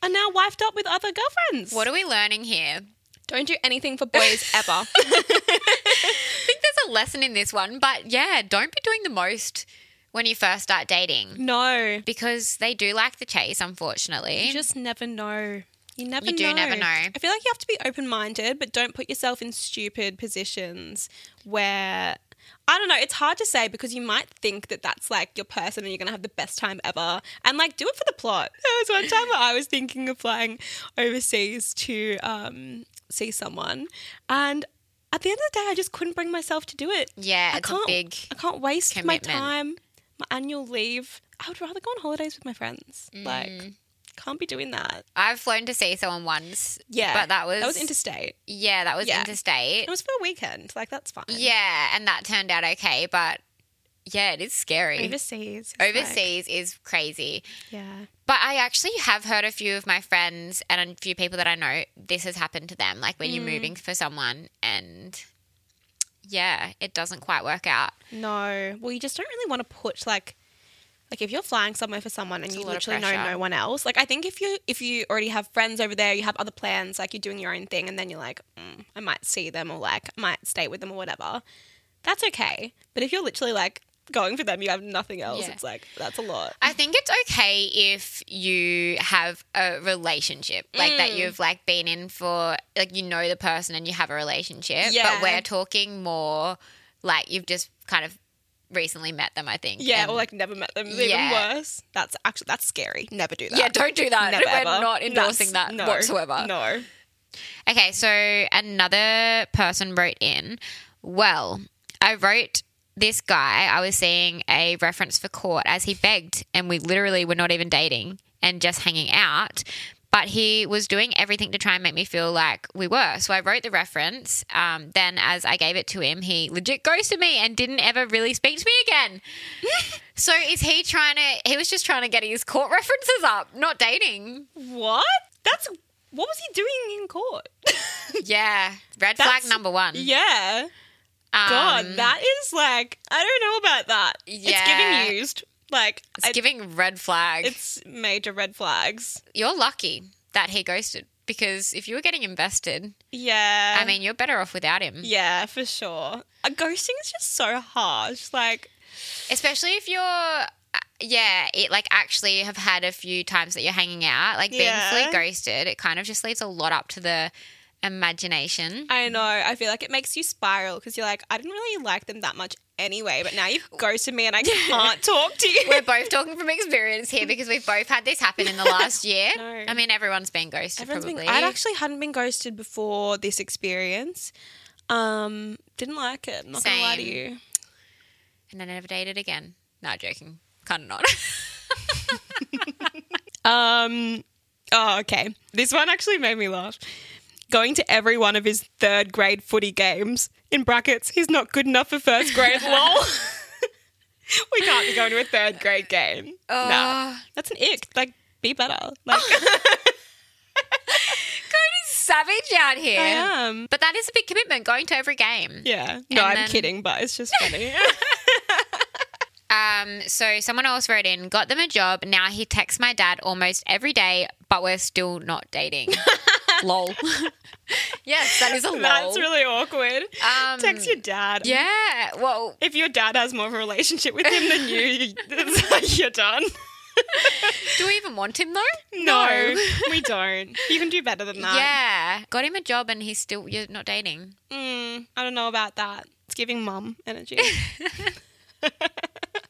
[SPEAKER 2] are now wifed up with other girlfriends.
[SPEAKER 1] What are we learning here?
[SPEAKER 2] Don't do anything for (laughs) boys ever.
[SPEAKER 1] I think there's a lesson in this one, but yeah, don't be doing the most when you first start dating
[SPEAKER 2] no,
[SPEAKER 1] because they do like the chase, unfortunately.
[SPEAKER 2] you just never know. You never
[SPEAKER 1] You do never know.
[SPEAKER 2] I feel like you have to be open minded, but don't put yourself in stupid positions where. I don't know. It's hard to say because you might think that that's like your person and you're going to have the best time ever. And like, do it for the plot. (laughs) There was one time where I was thinking of flying overseas to um, see someone. And at the end of the day, I just couldn't bring myself to do it.
[SPEAKER 1] yeah,
[SPEAKER 2] I
[SPEAKER 1] it's a
[SPEAKER 2] can't-
[SPEAKER 1] big.
[SPEAKER 2] I can't waste
[SPEAKER 1] commitment.
[SPEAKER 2] my time, my annual leave. I would rather go on holidays with my friends.
[SPEAKER 1] Mm.
[SPEAKER 2] Like, can't be doing that.
[SPEAKER 1] I've flown to see someone once.
[SPEAKER 2] Yeah,
[SPEAKER 1] But that was.
[SPEAKER 2] that was interstate.
[SPEAKER 1] yeah, that was
[SPEAKER 2] Yeah.
[SPEAKER 1] interstate.
[SPEAKER 2] It was for a weekend. Like that's fine.
[SPEAKER 1] Yeah, and that turned out okay, but yeah, it is scary.
[SPEAKER 2] overseas. it's like-
[SPEAKER 1] Overseas is crazy.
[SPEAKER 2] yeah,
[SPEAKER 1] But I actually have heard a few of my friends and a few people that I know, this has happened to them. Like when you're
[SPEAKER 2] Mm.
[SPEAKER 1] moving for someone and yeah, it doesn't quite work out.
[SPEAKER 2] no. Well, you just don't really want to put like. Like if you're flying somewhere for someone and
[SPEAKER 1] It's a
[SPEAKER 2] you
[SPEAKER 1] lot of
[SPEAKER 2] literally know
[SPEAKER 1] pressure.
[SPEAKER 2] no one else, like I think if you if you already have friends over there, you have other plans, like you're doing your own thing, and then you're like, mm, I might see them or like I might stay with them or whatever, that's okay. But if you're literally like going for them, you have nothing else.
[SPEAKER 1] Yeah.
[SPEAKER 2] It's like that's a lot.
[SPEAKER 1] I think it's okay if you have a relationship, like
[SPEAKER 2] Mm.
[SPEAKER 1] that you've like been in for like you know the person and you have a relationship.
[SPEAKER 2] Yeah.
[SPEAKER 1] But we're talking more like you've just kind of recently met them, I think.
[SPEAKER 2] Yeah,
[SPEAKER 1] and-
[SPEAKER 2] or like never met them. It's
[SPEAKER 1] Yeah.
[SPEAKER 2] Even worse. That's actually that's scary. Never do that.
[SPEAKER 1] Yeah, don't do that.
[SPEAKER 2] Never,
[SPEAKER 1] We're
[SPEAKER 2] ever.
[SPEAKER 1] not endorsing
[SPEAKER 2] That's-
[SPEAKER 1] that
[SPEAKER 2] no,
[SPEAKER 1] whatsoever.
[SPEAKER 2] No.
[SPEAKER 1] Okay, so another person wrote in, Well, I wrote this guy, I was seeing a reference for court as he begged, and we literally were not even dating and just hanging out. But he was doing everything to try and make me feel like we were. So I wrote the reference. Um, then, as I gave it to him, he legit ghosted me and didn't ever really speak to me
[SPEAKER 2] (laughs)
[SPEAKER 1] again. so, is he trying to? He was just trying to get his court references up, not dating.
[SPEAKER 2] (laughs) What? That's what was he doing in court?
[SPEAKER 1] Yeah. Red
[SPEAKER 2] That's-
[SPEAKER 1] flag number one.
[SPEAKER 2] yeah.
[SPEAKER 1] Um,
[SPEAKER 2] God, that is like I don't know about that. It's
[SPEAKER 1] Yeah.
[SPEAKER 2] giving used. Like
[SPEAKER 1] It's
[SPEAKER 2] I-
[SPEAKER 1] giving red flag.
[SPEAKER 2] it's major red flags.
[SPEAKER 1] You're lucky that he ghosted because if you were getting invested,
[SPEAKER 2] Yeah.
[SPEAKER 1] I mean, you're better off without him.
[SPEAKER 2] Um, Yeah, for sure. Uh, Ghosting is just so harsh. Like
[SPEAKER 1] Especially if you're, uh, yeah, it like actually have had a few times that you're hanging out, like being
[SPEAKER 2] Yeah.
[SPEAKER 1] fully ghosted, it kind of just leaves a lot up to the imagination.
[SPEAKER 2] I know. I feel like it makes you spiral because you're like, I didn't really like them that much anyway, but now you've ghosted me
[SPEAKER 1] (laughs)
[SPEAKER 2] and I can't talk to you.
[SPEAKER 1] (laughs) We're both talking from experience here because we've both had this happen in
[SPEAKER 2] (laughs)
[SPEAKER 1] the last year.
[SPEAKER 2] No.
[SPEAKER 1] I mean, everyone's been ghosted
[SPEAKER 2] (laughs) Everyone's been-
[SPEAKER 1] probably.
[SPEAKER 2] I actually hadn't been ghosted before this experience. Um, didn't like it. Not gonna lie to
[SPEAKER 1] Same.
[SPEAKER 2] you.
[SPEAKER 1] and then I never dated again. No, joking. Kind of not. (laughs)
[SPEAKER 2] Um, oh, okay. This one actually made me laugh. going to every one of his third grade footy games. In brackets, he's not good enough for
[SPEAKER 1] (laughs)
[SPEAKER 2] first grade. Lol. (laughs) we can't be going to a third grade game.
[SPEAKER 1] Uh.
[SPEAKER 2] nah, that's an ick. Like, be better.
[SPEAKER 1] (laughs)
[SPEAKER 2] Like,
[SPEAKER 1] Savage out here.
[SPEAKER 2] I am.
[SPEAKER 1] But that is a big commitment going to every game.
[SPEAKER 2] Yeah.
[SPEAKER 1] And
[SPEAKER 2] No, I'm
[SPEAKER 1] then-
[SPEAKER 2] kidding, but it's just funny. (laughs)
[SPEAKER 1] Um, so someone else wrote in, got them a job. Now he texts my dad almost every day, but we're still not
[SPEAKER 2] (laughs)
[SPEAKER 1] dating. lol. (laughs) yes, that is a (laughs) lol.
[SPEAKER 2] That's really awkward.
[SPEAKER 1] Um,
[SPEAKER 2] Text your dad.
[SPEAKER 1] yeah. Well,
[SPEAKER 2] If your dad has more of a relationship with him than you, you- (laughs) it's like you're done.
[SPEAKER 1] do we even want him though?
[SPEAKER 2] No, we don't. You can do better than that.
[SPEAKER 1] Yeah. Got him a job and he's still you're not dating.
[SPEAKER 2] Yeah. Mm, I don't know about that. It's giving mum energy. (laughs)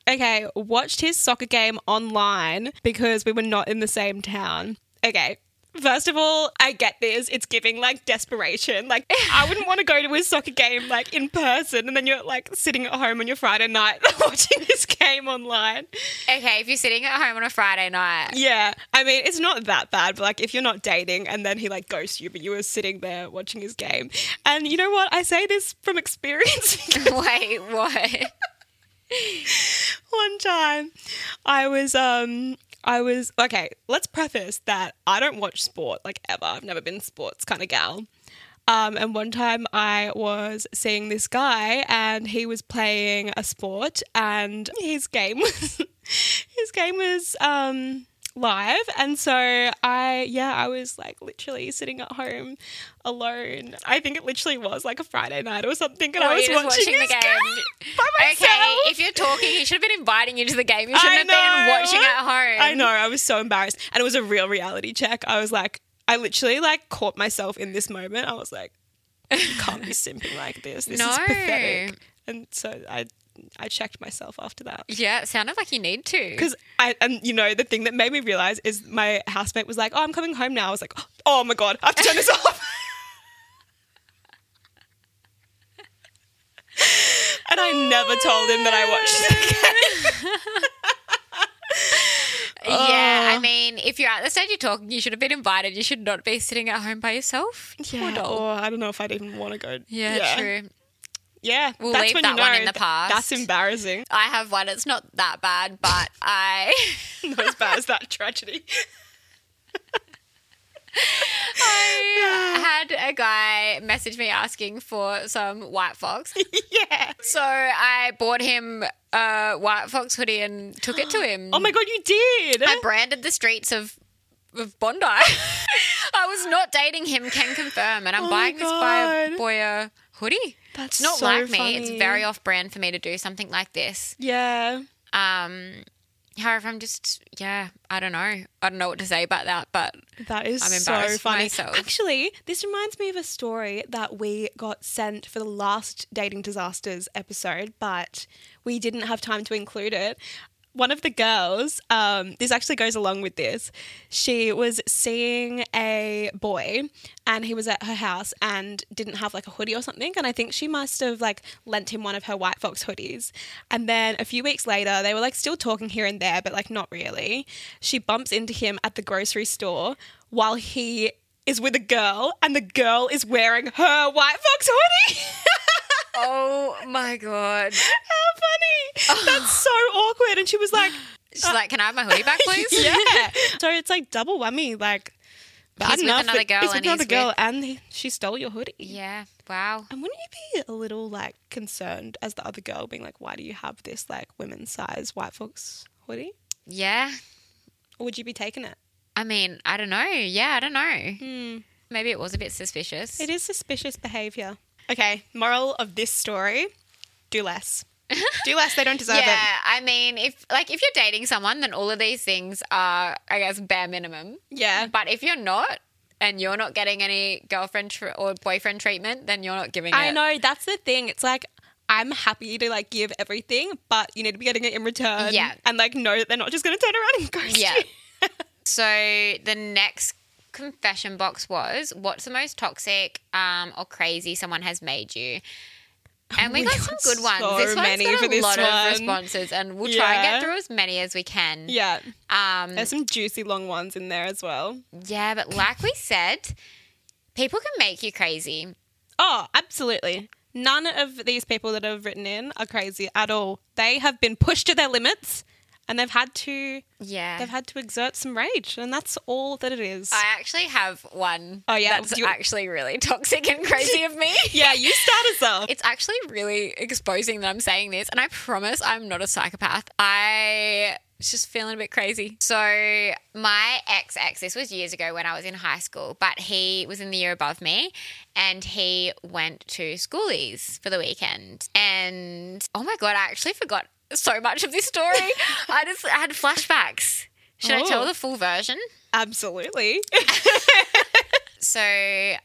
[SPEAKER 2] okay, watched his soccer game online because we were not in the same town. Okay. First of all, I get this. It's giving like desperation. Like, I wouldn't want to go to his soccer game like in person, and then you're like sitting at home on your Friday night (laughs) watching this game online.
[SPEAKER 1] Okay, if you're sitting at home on a Friday night.
[SPEAKER 2] Yeah, I mean, it's not that bad, but like if you're not dating and then he like ghosts you, but you were sitting there watching his game. And you know what? I say this from experience (laughs)
[SPEAKER 1] (laughs)
[SPEAKER 2] because
[SPEAKER 1] Wait, what?
[SPEAKER 2] (laughs) one time I was, um, I was, okay, let's preface that I don't watch sport like ever. I've never been a sports kind of gal. Um, and one time I was seeing this guy and he was playing a sport and his game (laughs) was his game was um, live and so I yeah I was like literally sitting at home alone. I think it literally was like a Friday night or something and
[SPEAKER 1] Or
[SPEAKER 2] I was
[SPEAKER 1] you're just
[SPEAKER 2] watching,
[SPEAKER 1] watching the
[SPEAKER 2] this game.
[SPEAKER 1] game.
[SPEAKER 2] by myself.
[SPEAKER 1] Okay, if you're talking, he should have been inviting you to the game. You
[SPEAKER 2] I
[SPEAKER 1] shouldn't have been
[SPEAKER 2] know.
[SPEAKER 1] watching at home.
[SPEAKER 2] I know. I was so embarrassed, and it was a real reality check. I was like, I literally like caught myself in this moment. I was like, you can't be simping like this. This is
[SPEAKER 1] No.
[SPEAKER 2] pathetic. And so I, I checked myself after that.
[SPEAKER 1] Yeah, it sounded like you need to.
[SPEAKER 2] Because I, and you know, the thing that made me realize is my housemate was like, "Oh, I'm coming home now." I was like, "Oh my god, I have to turn this off." (laughs) and I never told him that I watched
[SPEAKER 1] (laughs)
[SPEAKER 2] the game.
[SPEAKER 1] yeah,
[SPEAKER 2] Uh.
[SPEAKER 1] I mean, if you're at the stage you're talking, you should have been invited. You should not be sitting at home by yourself. Poor
[SPEAKER 2] Yeah,
[SPEAKER 1] doll.
[SPEAKER 2] (laughs) or I don't know if I'd even want to go.
[SPEAKER 1] Yeah, true.
[SPEAKER 2] Yeah,
[SPEAKER 1] We'll leave that one in the
[SPEAKER 2] th-
[SPEAKER 1] past.
[SPEAKER 2] That's
[SPEAKER 1] (laughs)
[SPEAKER 2] embarrassing. (laughs)
[SPEAKER 1] I have one. It's not that bad, but (laughs) I
[SPEAKER 2] Not as bad as that tragedy. (laughs)
[SPEAKER 1] I had a guy message me asking for some White
[SPEAKER 2] (laughs)
[SPEAKER 1] Fox.
[SPEAKER 2] yeah.
[SPEAKER 1] So I bought him a White Fox hoodie and took it to him.
[SPEAKER 2] (gasps) Oh my god, you did.
[SPEAKER 1] I branded the streets of of Bondi. (laughs) I was not dating him, can confirm, and I'm
[SPEAKER 2] Oh my
[SPEAKER 1] buying this by
[SPEAKER 2] God.
[SPEAKER 1] boy a hoodie.
[SPEAKER 2] That's
[SPEAKER 1] It's not
[SPEAKER 2] so
[SPEAKER 1] like me. It's
[SPEAKER 2] funny.
[SPEAKER 1] very off brand for me to do something like this.
[SPEAKER 2] yeah.
[SPEAKER 1] Um, however, I'm just yeah, I don't know. I don't know what to say about that, but
[SPEAKER 2] That is
[SPEAKER 1] I'm
[SPEAKER 2] so
[SPEAKER 1] embarrassed for
[SPEAKER 2] funny.
[SPEAKER 1] myself.
[SPEAKER 2] Actually, this reminds me of a story that we got sent for the last dating disasters episode, but we didn't have time to include it. One of the girls, um, this actually goes along with this. She was seeing a boy and he was at her house and didn't have like a hoodie or something. And I think she must have like lent him one of her White Fox hoodies. And then a few weeks later, they were like still talking here and there, but like not really. She bumps into him at the grocery store while he is with a girl and the girl is wearing her White Fox hoodie. (laughs)
[SPEAKER 1] oh my god,
[SPEAKER 2] How funny. That's so awkward. And she was like,
[SPEAKER 1] she's like, "Can I have my hoodie back, please?"
[SPEAKER 2] (laughs) yeah. So it's like double whammy. Like, bad
[SPEAKER 1] with
[SPEAKER 2] enough
[SPEAKER 1] another
[SPEAKER 2] that
[SPEAKER 1] girl
[SPEAKER 2] He's with
[SPEAKER 1] and
[SPEAKER 2] another
[SPEAKER 1] he's
[SPEAKER 2] girl
[SPEAKER 1] with-
[SPEAKER 2] and he, she stole your hoodie.
[SPEAKER 1] yeah. Wow.
[SPEAKER 2] And wouldn't you be a little like concerned as the other girl being like, why do you have this like women's size white fox hoodie?
[SPEAKER 1] Yeah.
[SPEAKER 2] Or would you be taking it?
[SPEAKER 1] I mean, I don't know. Yeah, I don't know.
[SPEAKER 2] Hmm.
[SPEAKER 1] Maybe it was a bit suspicious.
[SPEAKER 2] It is suspicious behavior. Okay, moral of this story do less. do less, they don't deserve
[SPEAKER 1] yeah, I mean, if like if you're dating someone, then all of these things are, I guess, bare minimum.
[SPEAKER 2] it. Yeah.
[SPEAKER 1] But if you're not, and you're not getting any girlfriend tr- or boyfriend treatment, then you're not giving.
[SPEAKER 2] I
[SPEAKER 1] it.
[SPEAKER 2] know, that's the thing. It's like, I'm happy to like give everything, but you need to be getting it in return.
[SPEAKER 1] Yeah.
[SPEAKER 2] And like know that they're not just going to turn around and ghost (laughs)
[SPEAKER 1] Yeah.
[SPEAKER 2] you.
[SPEAKER 1] So the next confession box was, "What's the most toxic um, or crazy someone has made you?" And we,
[SPEAKER 2] We
[SPEAKER 1] got,
[SPEAKER 2] got
[SPEAKER 1] some good ones.
[SPEAKER 2] Oh so
[SPEAKER 1] this one's
[SPEAKER 2] many
[SPEAKER 1] got a
[SPEAKER 2] for this
[SPEAKER 1] lot
[SPEAKER 2] one.
[SPEAKER 1] of responses, and we'll try and
[SPEAKER 2] Yeah.
[SPEAKER 1] get through as many as we can.
[SPEAKER 2] Yeah.
[SPEAKER 1] Um,
[SPEAKER 2] There's some juicy long ones in there as well.
[SPEAKER 1] yeah, but like we said, People can make you crazy.
[SPEAKER 2] Oh, absolutely. None of these people that have written in are crazy at all. They have been pushed to their limits and they've had to
[SPEAKER 1] Yeah.
[SPEAKER 2] they've had to exert some rage and that's all that it is.
[SPEAKER 1] I actually have one.
[SPEAKER 2] Oh, yeah?
[SPEAKER 1] that's
[SPEAKER 2] Do you-
[SPEAKER 1] actually really toxic and crazy of
[SPEAKER 2] (laughs)
[SPEAKER 1] me.
[SPEAKER 2] (laughs) yeah, you start us off.
[SPEAKER 1] It's actually really exposing that I'm saying this, and I promise I'm not a psychopath. I was just feeling a bit crazy. So my ex ex, this was years ago when I was in high school, but he was in the year above me, and he went to schoolies for the weekend. And oh my god, I actually forgot so much of this story.
[SPEAKER 2] (laughs)
[SPEAKER 1] I just I had flashbacks. Should I tell
[SPEAKER 2] Oh.
[SPEAKER 1] the full version?
[SPEAKER 2] (laughs) Absolutely. (laughs)
[SPEAKER 1] so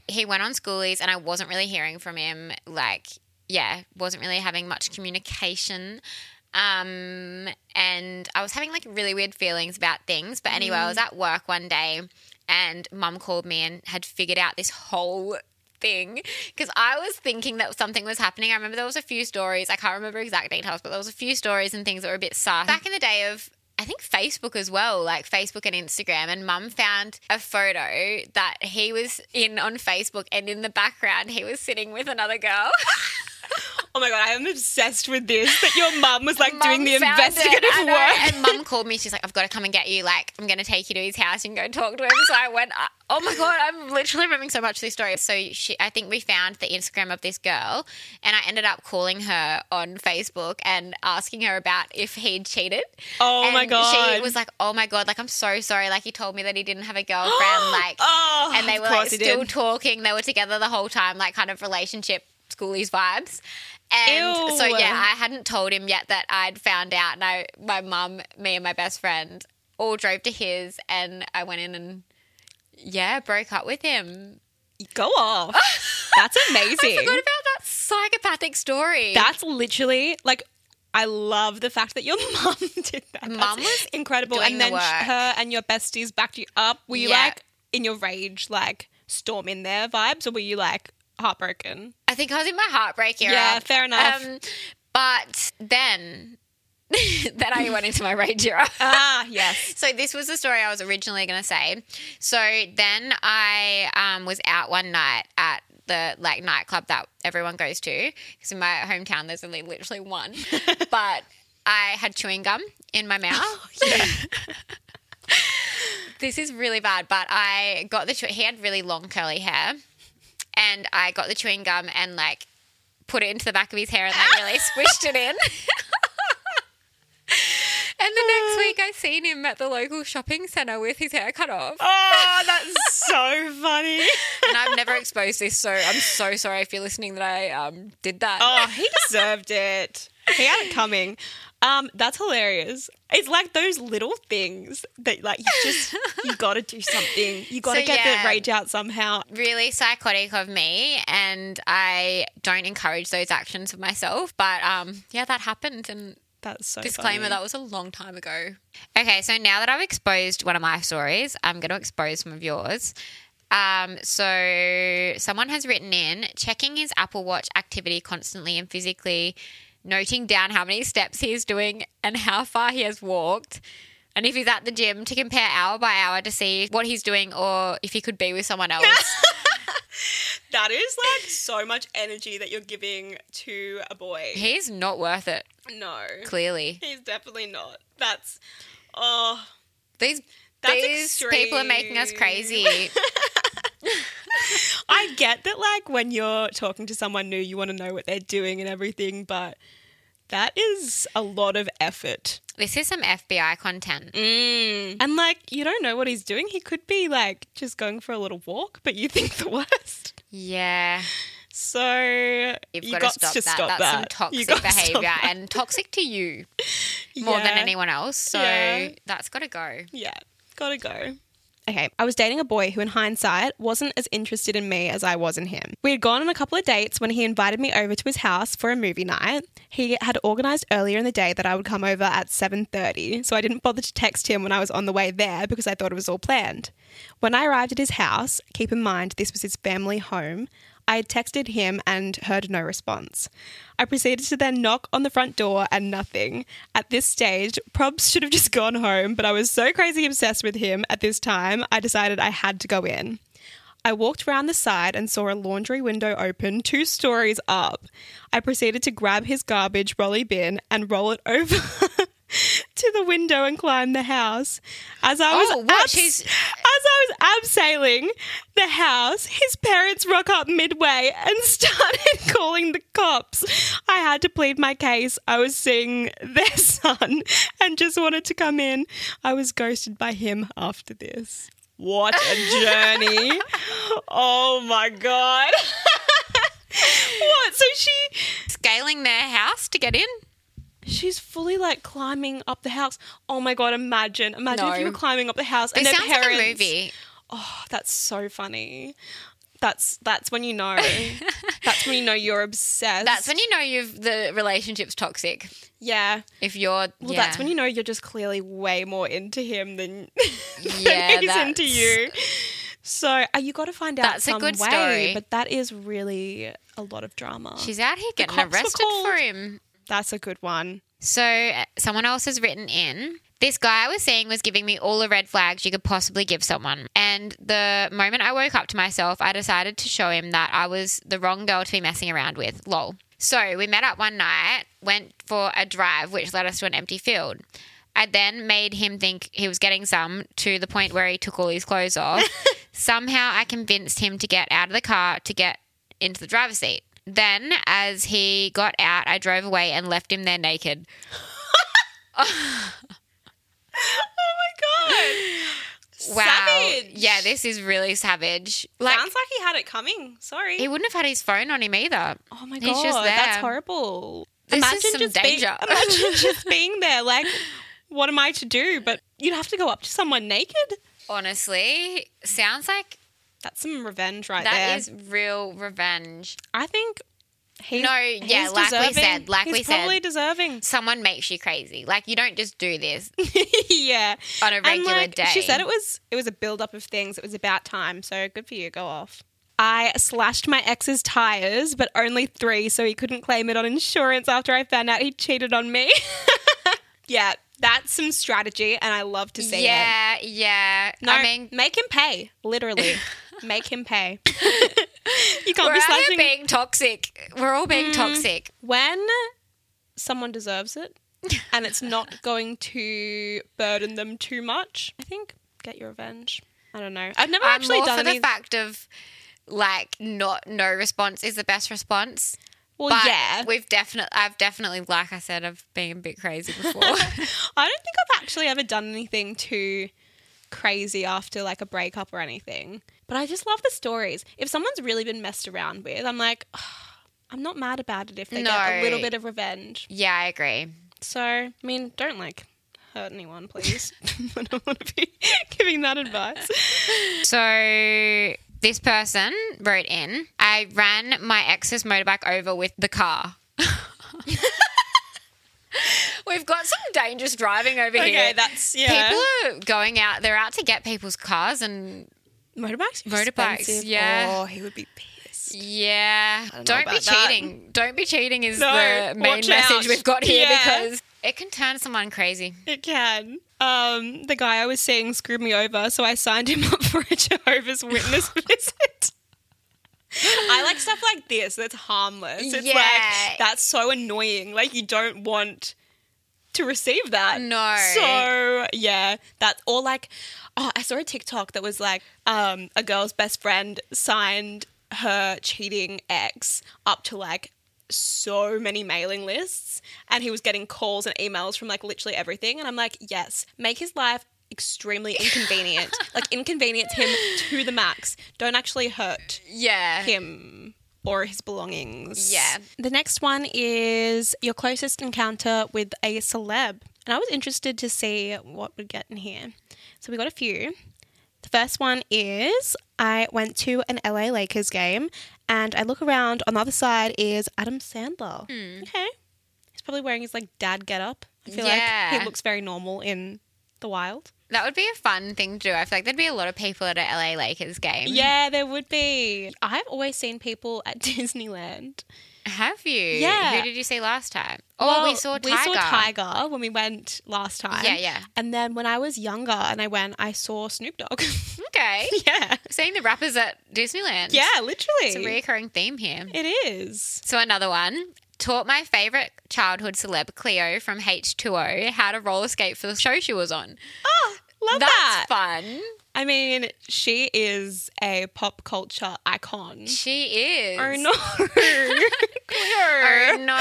[SPEAKER 1] he went on schoolies and I wasn't really hearing from him. Like, yeah, wasn't really having much communication. Um, and I was having like really weird feelings about things. But anyway, I was at work one day and mum called me and had figured out this whole thing because I was thinking that something was happening. I remember there was a few stories. I can't remember exact details, but there was a few stories and things that were a bit sus. Back in the day of I think Facebook as well, like Facebook and Instagram. And mum found a photo that he was in on Facebook, and in the background, he was sitting with another girl. (laughs)
[SPEAKER 2] Oh my god, I am obsessed with this. That your mum was like doing
[SPEAKER 1] Mum
[SPEAKER 2] the
[SPEAKER 1] found it,
[SPEAKER 2] investigative
[SPEAKER 1] I know,
[SPEAKER 2] work.
[SPEAKER 1] And
[SPEAKER 2] (laughs)
[SPEAKER 1] mum called me. She's like, I've got to come and get you. Like, I'm going to take you to his house and go talk to him. So I went, uh, oh my God, I'm literally remembering so much of this story. So she, I think we found the Instagram of this girl and I ended up calling her on Facebook and asking her about if he'd cheated.
[SPEAKER 2] Oh my
[SPEAKER 1] And She
[SPEAKER 2] God.
[SPEAKER 1] was like, oh my God, like, I'm so sorry. Like, he told me that he didn't have
[SPEAKER 2] (gasps)
[SPEAKER 1] a girlfriend. like,
[SPEAKER 2] oh,
[SPEAKER 1] (laughs) and they
[SPEAKER 2] of
[SPEAKER 1] were
[SPEAKER 2] course
[SPEAKER 1] like
[SPEAKER 2] he
[SPEAKER 1] still
[SPEAKER 2] did.
[SPEAKER 1] talking. They were together the whole time, like kind of relationship schoolies vibes. And
[SPEAKER 2] Ew.
[SPEAKER 1] so yeah, I hadn't told him yet that I'd found out, and I, my mum, me, and my best friend all drove to his, and I went in and yeah, broke up with him.
[SPEAKER 2] Go off. That's amazing.
[SPEAKER 1] (laughs) I forgot about that psychopathic story.
[SPEAKER 2] That's literally like I love the fact that your (laughs) mum did that.
[SPEAKER 1] Mum
[SPEAKER 2] That's
[SPEAKER 1] was
[SPEAKER 2] incredible,
[SPEAKER 1] doing
[SPEAKER 2] and then
[SPEAKER 1] the
[SPEAKER 2] sh-
[SPEAKER 1] work.
[SPEAKER 2] her and your besties backed you up. Were you
[SPEAKER 1] Yeah.
[SPEAKER 2] like in your rage, like storm in their vibes, or were you like heartbroken?
[SPEAKER 1] I think I was in my heartbreak era.
[SPEAKER 2] Yeah, fair enough.
[SPEAKER 1] Um, but then, (laughs) then I went into my rage era.
[SPEAKER 2] Ah, (laughs) yes.
[SPEAKER 1] So this was the story I was originally going to say. So then I um, was out one night at the like nightclub that everyone goes to because in my hometown there's only literally one. but I had chewing gum in my
[SPEAKER 2] Oh.
[SPEAKER 1] mouth. (laughs) this is really bad, but I got the chew- he had really long curly hair, and I got the chewing gum and like put it into the back of his hair and like really squished it in. (laughs) And the next week, I seen him at the local shopping centre with his hair cut off.
[SPEAKER 2] Oh, that's so funny.
[SPEAKER 1] And I've never exposed this, so I'm so sorry if you're listening that I um, did that.
[SPEAKER 2] Oh, he deserved it. He had it coming. Um, that's hilarious. It's like those little things that like you just
[SPEAKER 1] (laughs)
[SPEAKER 2] you gotta do something. You gotta
[SPEAKER 1] So,
[SPEAKER 2] get
[SPEAKER 1] yeah.
[SPEAKER 2] the rage out somehow.
[SPEAKER 1] Really psychotic of me, and I don't encourage those actions of myself. But um, yeah, that happened. And
[SPEAKER 2] That's so
[SPEAKER 1] disclaimer,
[SPEAKER 2] funny.
[SPEAKER 1] that was a long time ago. Okay, so now that I've exposed one of my stories, I'm going to expose some of yours. Um, so someone has written in checking his Apple Watch activity constantly and physically, noting down how many steps he is doing and how far he has walked. And if he's at the gym to compare hour by hour to see what he's doing or if he could be with (laughs) someone else.
[SPEAKER 2] That is like so much energy that you're giving to a boy.
[SPEAKER 1] He's not worth it,
[SPEAKER 2] No,
[SPEAKER 1] clearly.
[SPEAKER 2] he's definitely not. That's oh,
[SPEAKER 1] These,
[SPEAKER 2] That's
[SPEAKER 1] these people are making us
[SPEAKER 2] extreme.
[SPEAKER 1] crazy. (laughs)
[SPEAKER 2] I get that. Like when you're talking to someone new, you want to know what they're doing and everything, but that is a lot of effort.
[SPEAKER 1] this is some FBI content.
[SPEAKER 2] Mm. And like you don't know what he's doing. He could be like just going for a little walk, but you think the worst. (laughs)
[SPEAKER 1] Yeah,
[SPEAKER 2] So
[SPEAKER 1] you've
[SPEAKER 2] you
[SPEAKER 1] got, to stop
[SPEAKER 2] to
[SPEAKER 1] that. That's some
[SPEAKER 2] You
[SPEAKER 1] toxic
[SPEAKER 2] gotta stop
[SPEAKER 1] behavior
[SPEAKER 2] that.
[SPEAKER 1] and toxic to
[SPEAKER 2] (laughs)
[SPEAKER 1] you more than
[SPEAKER 2] Yeah.
[SPEAKER 1] anyone else. So
[SPEAKER 2] Yeah.
[SPEAKER 1] that's got to go.
[SPEAKER 2] Yeah, gotta go. Okay, I was dating a boy who, in hindsight, wasn't as interested in me as I was in him. We had gone on a couple of dates when he invited me over to his house for a movie night. He had organised earlier in the day that I would come over at 7:30, so I didn't bother to text him when I was on the way there because I thought it was all planned. When I arrived at his house, keep in mind this was his family home, I had texted him and heard no response. I proceeded to then knock on the front door and nothing. At this stage, Probs should have just (laughs) gone home, but I was so crazy obsessed with him at this time, I decided I had to go in. I walked round the side and saw a laundry window open two stories up. I proceeded to grab his garbage rolly bin and roll it over (laughs) to the window and climb the house. As I was
[SPEAKER 1] Oh, wow,
[SPEAKER 2] abs-
[SPEAKER 1] she's-
[SPEAKER 2] as I was abseiling the house, his parents rock up midway and (laughs) started calling the cops. I had to plead my case. I was seeing (laughs) their son and just wanted to come in. I was ghosted by him after this. What a journey. oh my God. (laughs) what? So she
[SPEAKER 1] Scaling their house to get in?
[SPEAKER 2] she's fully like climbing up the house. Oh my god, imagine. Imagine if
[SPEAKER 1] No.
[SPEAKER 2] you were climbing up the house and
[SPEAKER 1] This
[SPEAKER 2] their
[SPEAKER 1] sounds
[SPEAKER 2] parents
[SPEAKER 1] like a movie.
[SPEAKER 2] Oh, that's so funny. That's that's when
[SPEAKER 1] (laughs)
[SPEAKER 2] you know. that's when you know you're obsessed.
[SPEAKER 1] That's when you know you've the relationship's toxic.
[SPEAKER 2] Yeah.
[SPEAKER 1] If you're
[SPEAKER 2] Well, that's when you know you're just clearly way more into him than, (laughs) than
[SPEAKER 1] Yeah,
[SPEAKER 2] he's
[SPEAKER 1] that's-
[SPEAKER 2] into you. So uh, you got to find out
[SPEAKER 1] That's a
[SPEAKER 2] some
[SPEAKER 1] good
[SPEAKER 2] way,
[SPEAKER 1] story.
[SPEAKER 2] but that is really a lot of drama.
[SPEAKER 1] she's out here getting
[SPEAKER 2] cops were
[SPEAKER 1] arrested
[SPEAKER 2] called.
[SPEAKER 1] for him.
[SPEAKER 2] that's a good one.
[SPEAKER 1] So uh, someone else has written in. This guy I was seeing was giving me all the red flags you could possibly give someone. And the moment I woke up to myself, I decided to show him that I was the wrong girl to be messing around with. Lol. So we met up one night, went for a drive, which led us to an empty field. I then made him think he was getting some to the point where he took all his clothes off. Somehow I convinced him to get out of the car to get into the driver's seat. Then, as he got out, I drove away and left him there naked.
[SPEAKER 2] Oh my god.
[SPEAKER 1] Wow.
[SPEAKER 2] (gasps) Savage.
[SPEAKER 1] Yeah, this is really savage. Like
[SPEAKER 2] Sounds like he had it coming. Sorry.
[SPEAKER 1] he wouldn't have had his phone on him either.
[SPEAKER 2] Oh my
[SPEAKER 1] He's
[SPEAKER 2] god,
[SPEAKER 1] just
[SPEAKER 2] that's
[SPEAKER 1] there.
[SPEAKER 2] horrible.
[SPEAKER 1] This is some danger.
[SPEAKER 2] Being, (laughs) imagine
[SPEAKER 1] (laughs)
[SPEAKER 2] just being there. Like, what am I to do? But you'd have to go up to someone naked.
[SPEAKER 1] Honestly, sounds like
[SPEAKER 2] That's some revenge right there.
[SPEAKER 1] that is real revenge.
[SPEAKER 2] I think he's
[SPEAKER 1] No, yeah,
[SPEAKER 2] he's
[SPEAKER 1] like we
[SPEAKER 2] deserving.
[SPEAKER 1] said, like
[SPEAKER 2] he's
[SPEAKER 1] we said.
[SPEAKER 2] probably deserving. (laughs)
[SPEAKER 1] Someone makes you crazy. Like you don't just do (laughs) this
[SPEAKER 2] yeah,
[SPEAKER 1] on a regular
[SPEAKER 2] and like,
[SPEAKER 1] day.
[SPEAKER 2] She said it was it was a build up of things. It was about time. So good for you. Go off. I slashed my ex's tires, but only three, so he couldn't claim it on insurance after I found out he cheated on me. (laughs) yeah, that's some strategy, and I love to see it.
[SPEAKER 1] Yeah, yeah.
[SPEAKER 2] No,
[SPEAKER 1] I mean,
[SPEAKER 2] make him pay.
[SPEAKER 1] (laughs)
[SPEAKER 2] Literally, make him pay. (laughs) you
[SPEAKER 1] we're
[SPEAKER 2] can't be
[SPEAKER 1] out here
[SPEAKER 2] slashing
[SPEAKER 1] being toxic. We're all being toxic.
[SPEAKER 2] when someone
[SPEAKER 1] (laughs)
[SPEAKER 2] deserves it, and it's not going to burden them too much. I think get your revenge. I don't know. I've never
[SPEAKER 1] I'm
[SPEAKER 2] actually
[SPEAKER 1] more
[SPEAKER 2] done
[SPEAKER 1] for
[SPEAKER 2] any.
[SPEAKER 1] the fact of like not no response is the best response.
[SPEAKER 2] well,
[SPEAKER 1] but
[SPEAKER 2] yeah.
[SPEAKER 1] we've definitely I've definitely like I said I've been a bit crazy (laughs) before.
[SPEAKER 2] I don't think I've actually ever done anything too crazy after like a breakup or anything. But I just love the stories. If someone's really been messed around with, I'm like, I'm not mad about it if they get a
[SPEAKER 1] No.
[SPEAKER 2] little bit of revenge.
[SPEAKER 1] yeah, I agree.
[SPEAKER 2] So, I mean, don't like hurt anyone, please.
[SPEAKER 1] (laughs)
[SPEAKER 2] (laughs) I don't want to be giving that advice.
[SPEAKER 1] So this person wrote in, I ran my ex's motorbike over with the car. (laughs) We've got some dangerous driving over
[SPEAKER 2] Okay,
[SPEAKER 1] here.
[SPEAKER 2] that's yeah.
[SPEAKER 1] People are going out, they're out to get people's cars and
[SPEAKER 2] motorbikes, are
[SPEAKER 1] Motorbikes,
[SPEAKER 2] expensive.
[SPEAKER 1] yeah.
[SPEAKER 2] Oh, he would be pissed.
[SPEAKER 1] Yeah.
[SPEAKER 2] don't know
[SPEAKER 1] Don't be
[SPEAKER 2] about that.
[SPEAKER 1] cheating. Don't be cheating is
[SPEAKER 2] No,
[SPEAKER 1] the main
[SPEAKER 2] watch
[SPEAKER 1] message
[SPEAKER 2] out.
[SPEAKER 1] we've got here
[SPEAKER 2] Yeah.
[SPEAKER 1] because it can turn someone crazy.
[SPEAKER 2] It can. Um, the guy I was seeing screwed me over, so I signed him (laughs) up for a Jehovah's Witness visit. I like stuff like this that's harmless. It's
[SPEAKER 1] Yeah.
[SPEAKER 2] like that's so annoying. Like you don't want to receive that.
[SPEAKER 1] No.
[SPEAKER 2] So yeah, that or like, oh, I saw a TikTok that was like, um, a girl's best friend signed her cheating ex up to like so many mailing lists, and he was getting calls and emails from like literally everything. And I'm like, yes, make his life extremely inconvenient, like inconvenience him to the max. Don't actually hurt
[SPEAKER 1] Yeah.
[SPEAKER 2] him or his belongings.
[SPEAKER 1] Yeah.
[SPEAKER 2] The next one is your closest encounter with a celeb. And I was interested to see what would get in here. So we got a few. The first one is I went to an LA Lakers game and I look around on the other side is Adam Sandler.
[SPEAKER 1] Hmm.
[SPEAKER 2] Okay. He's probably wearing his like dad get up. I feel like
[SPEAKER 1] Yeah.
[SPEAKER 2] he looks very normal in the wild.
[SPEAKER 1] That would be a fun thing to do. I feel like there'd be a lot of people at a LA Lakers game.
[SPEAKER 2] Yeah, there would be. I've always seen people at (laughs) Disneyland
[SPEAKER 1] Have you?
[SPEAKER 2] Yeah.
[SPEAKER 1] Who did you see last time? Oh, we saw Tiger.
[SPEAKER 2] We saw Tiger when we went last time.
[SPEAKER 1] Yeah, yeah.
[SPEAKER 2] And then when I was younger and I went, I saw Snoop Dogg. (laughs)
[SPEAKER 1] Okay.
[SPEAKER 2] yeah.
[SPEAKER 1] Seeing the rappers at Disneyland.
[SPEAKER 2] Yeah, literally.
[SPEAKER 1] It's a recurring theme here.
[SPEAKER 2] it is.
[SPEAKER 1] So another one. Taught my favorite childhood celeb Cleo from H2O how to roller skate for the show she was on.
[SPEAKER 2] Oh, love
[SPEAKER 1] That's
[SPEAKER 2] that.
[SPEAKER 1] fun.
[SPEAKER 2] I mean, she is a pop culture icon.
[SPEAKER 1] She is. (laughs)
[SPEAKER 2] Oh no.
[SPEAKER 1] Oh
[SPEAKER 2] Clear.
[SPEAKER 1] no,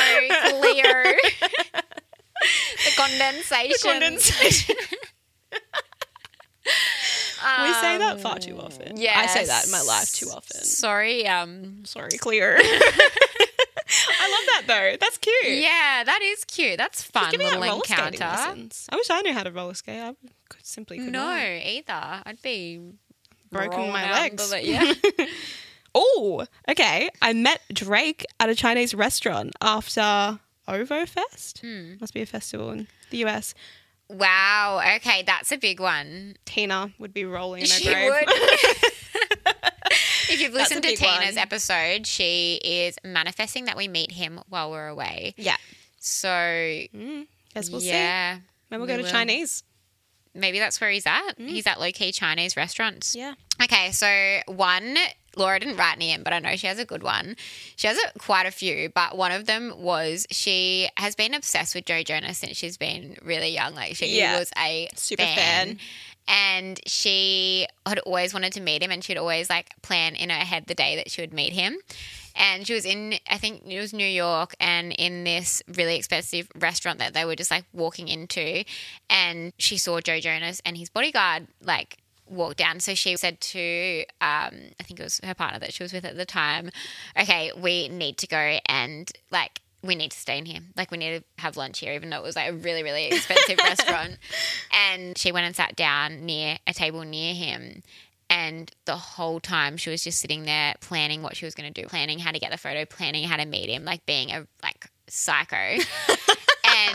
[SPEAKER 1] Cleo.
[SPEAKER 2] (laughs)
[SPEAKER 1] the condensation.
[SPEAKER 2] The condensation. (laughs) we say that far too
[SPEAKER 1] Um,
[SPEAKER 2] often.
[SPEAKER 1] Yeah.
[SPEAKER 2] I say that in my life too often.
[SPEAKER 1] Sorry. Um.
[SPEAKER 2] Sorry,
[SPEAKER 1] (laughs)
[SPEAKER 2] clear. I love that though. That's cute.
[SPEAKER 1] Yeah, that is cute. That's fun.
[SPEAKER 2] Give me that
[SPEAKER 1] little
[SPEAKER 2] roller skating
[SPEAKER 1] encounter.
[SPEAKER 2] lessons. I wish I knew how to roller skate. I could simply could
[SPEAKER 1] No,
[SPEAKER 2] not.
[SPEAKER 1] either. I'd be
[SPEAKER 2] broken
[SPEAKER 1] rolling
[SPEAKER 2] my
[SPEAKER 1] out
[SPEAKER 2] legs.
[SPEAKER 1] the-
[SPEAKER 2] (laughs)
[SPEAKER 1] yeah.
[SPEAKER 2] oh, okay. I met Drake at a Chinese restaurant after OVO Fest.
[SPEAKER 1] Hmm.
[SPEAKER 2] Must be a festival in the US.
[SPEAKER 1] wow. Okay, that's a big one.
[SPEAKER 2] Tina would be rolling in her
[SPEAKER 1] She
[SPEAKER 2] grave.
[SPEAKER 1] would.
[SPEAKER 2] (laughs)
[SPEAKER 1] if you've
[SPEAKER 2] That's a
[SPEAKER 1] listened to
[SPEAKER 2] big
[SPEAKER 1] Tina's
[SPEAKER 2] one.
[SPEAKER 1] episode, she is manifesting that we meet him while we're away.
[SPEAKER 2] yeah.
[SPEAKER 1] So,
[SPEAKER 2] Mm. Guess we'll see.
[SPEAKER 1] yeah.
[SPEAKER 2] Maybe we'll
[SPEAKER 1] we
[SPEAKER 2] go to
[SPEAKER 1] will.
[SPEAKER 2] Chinese.
[SPEAKER 1] Maybe that's where he's at.
[SPEAKER 2] Mm.
[SPEAKER 1] He's at low key Chinese restaurants.
[SPEAKER 2] Yeah.
[SPEAKER 1] Okay, so one, Laura didn't write any in, but I know she has a good one. She has a, quite a few, but one of them was she has been obsessed with Joe Jonas since she's been really young. Like she
[SPEAKER 2] Yeah.
[SPEAKER 1] was a
[SPEAKER 2] Super fan.
[SPEAKER 1] And she had always wanted to meet him, and she'd always like plan in her head the day that she would meet him. And she was in, I think it was New York, and in this really expensive restaurant that they were just like walking into, and she saw Joe Jonas and his bodyguard like walk down. So she said to, um, I think it was her partner that she was with at the time, okay, we need to go and like we need to stay in here. Like we need to have lunch here, even though it was like a really, really expensive restaurant. And she went and sat down near a table near him. And the whole time she was just sitting there planning what she was going to do, planning how to get the photo, planning how to meet him, like being a like psycho.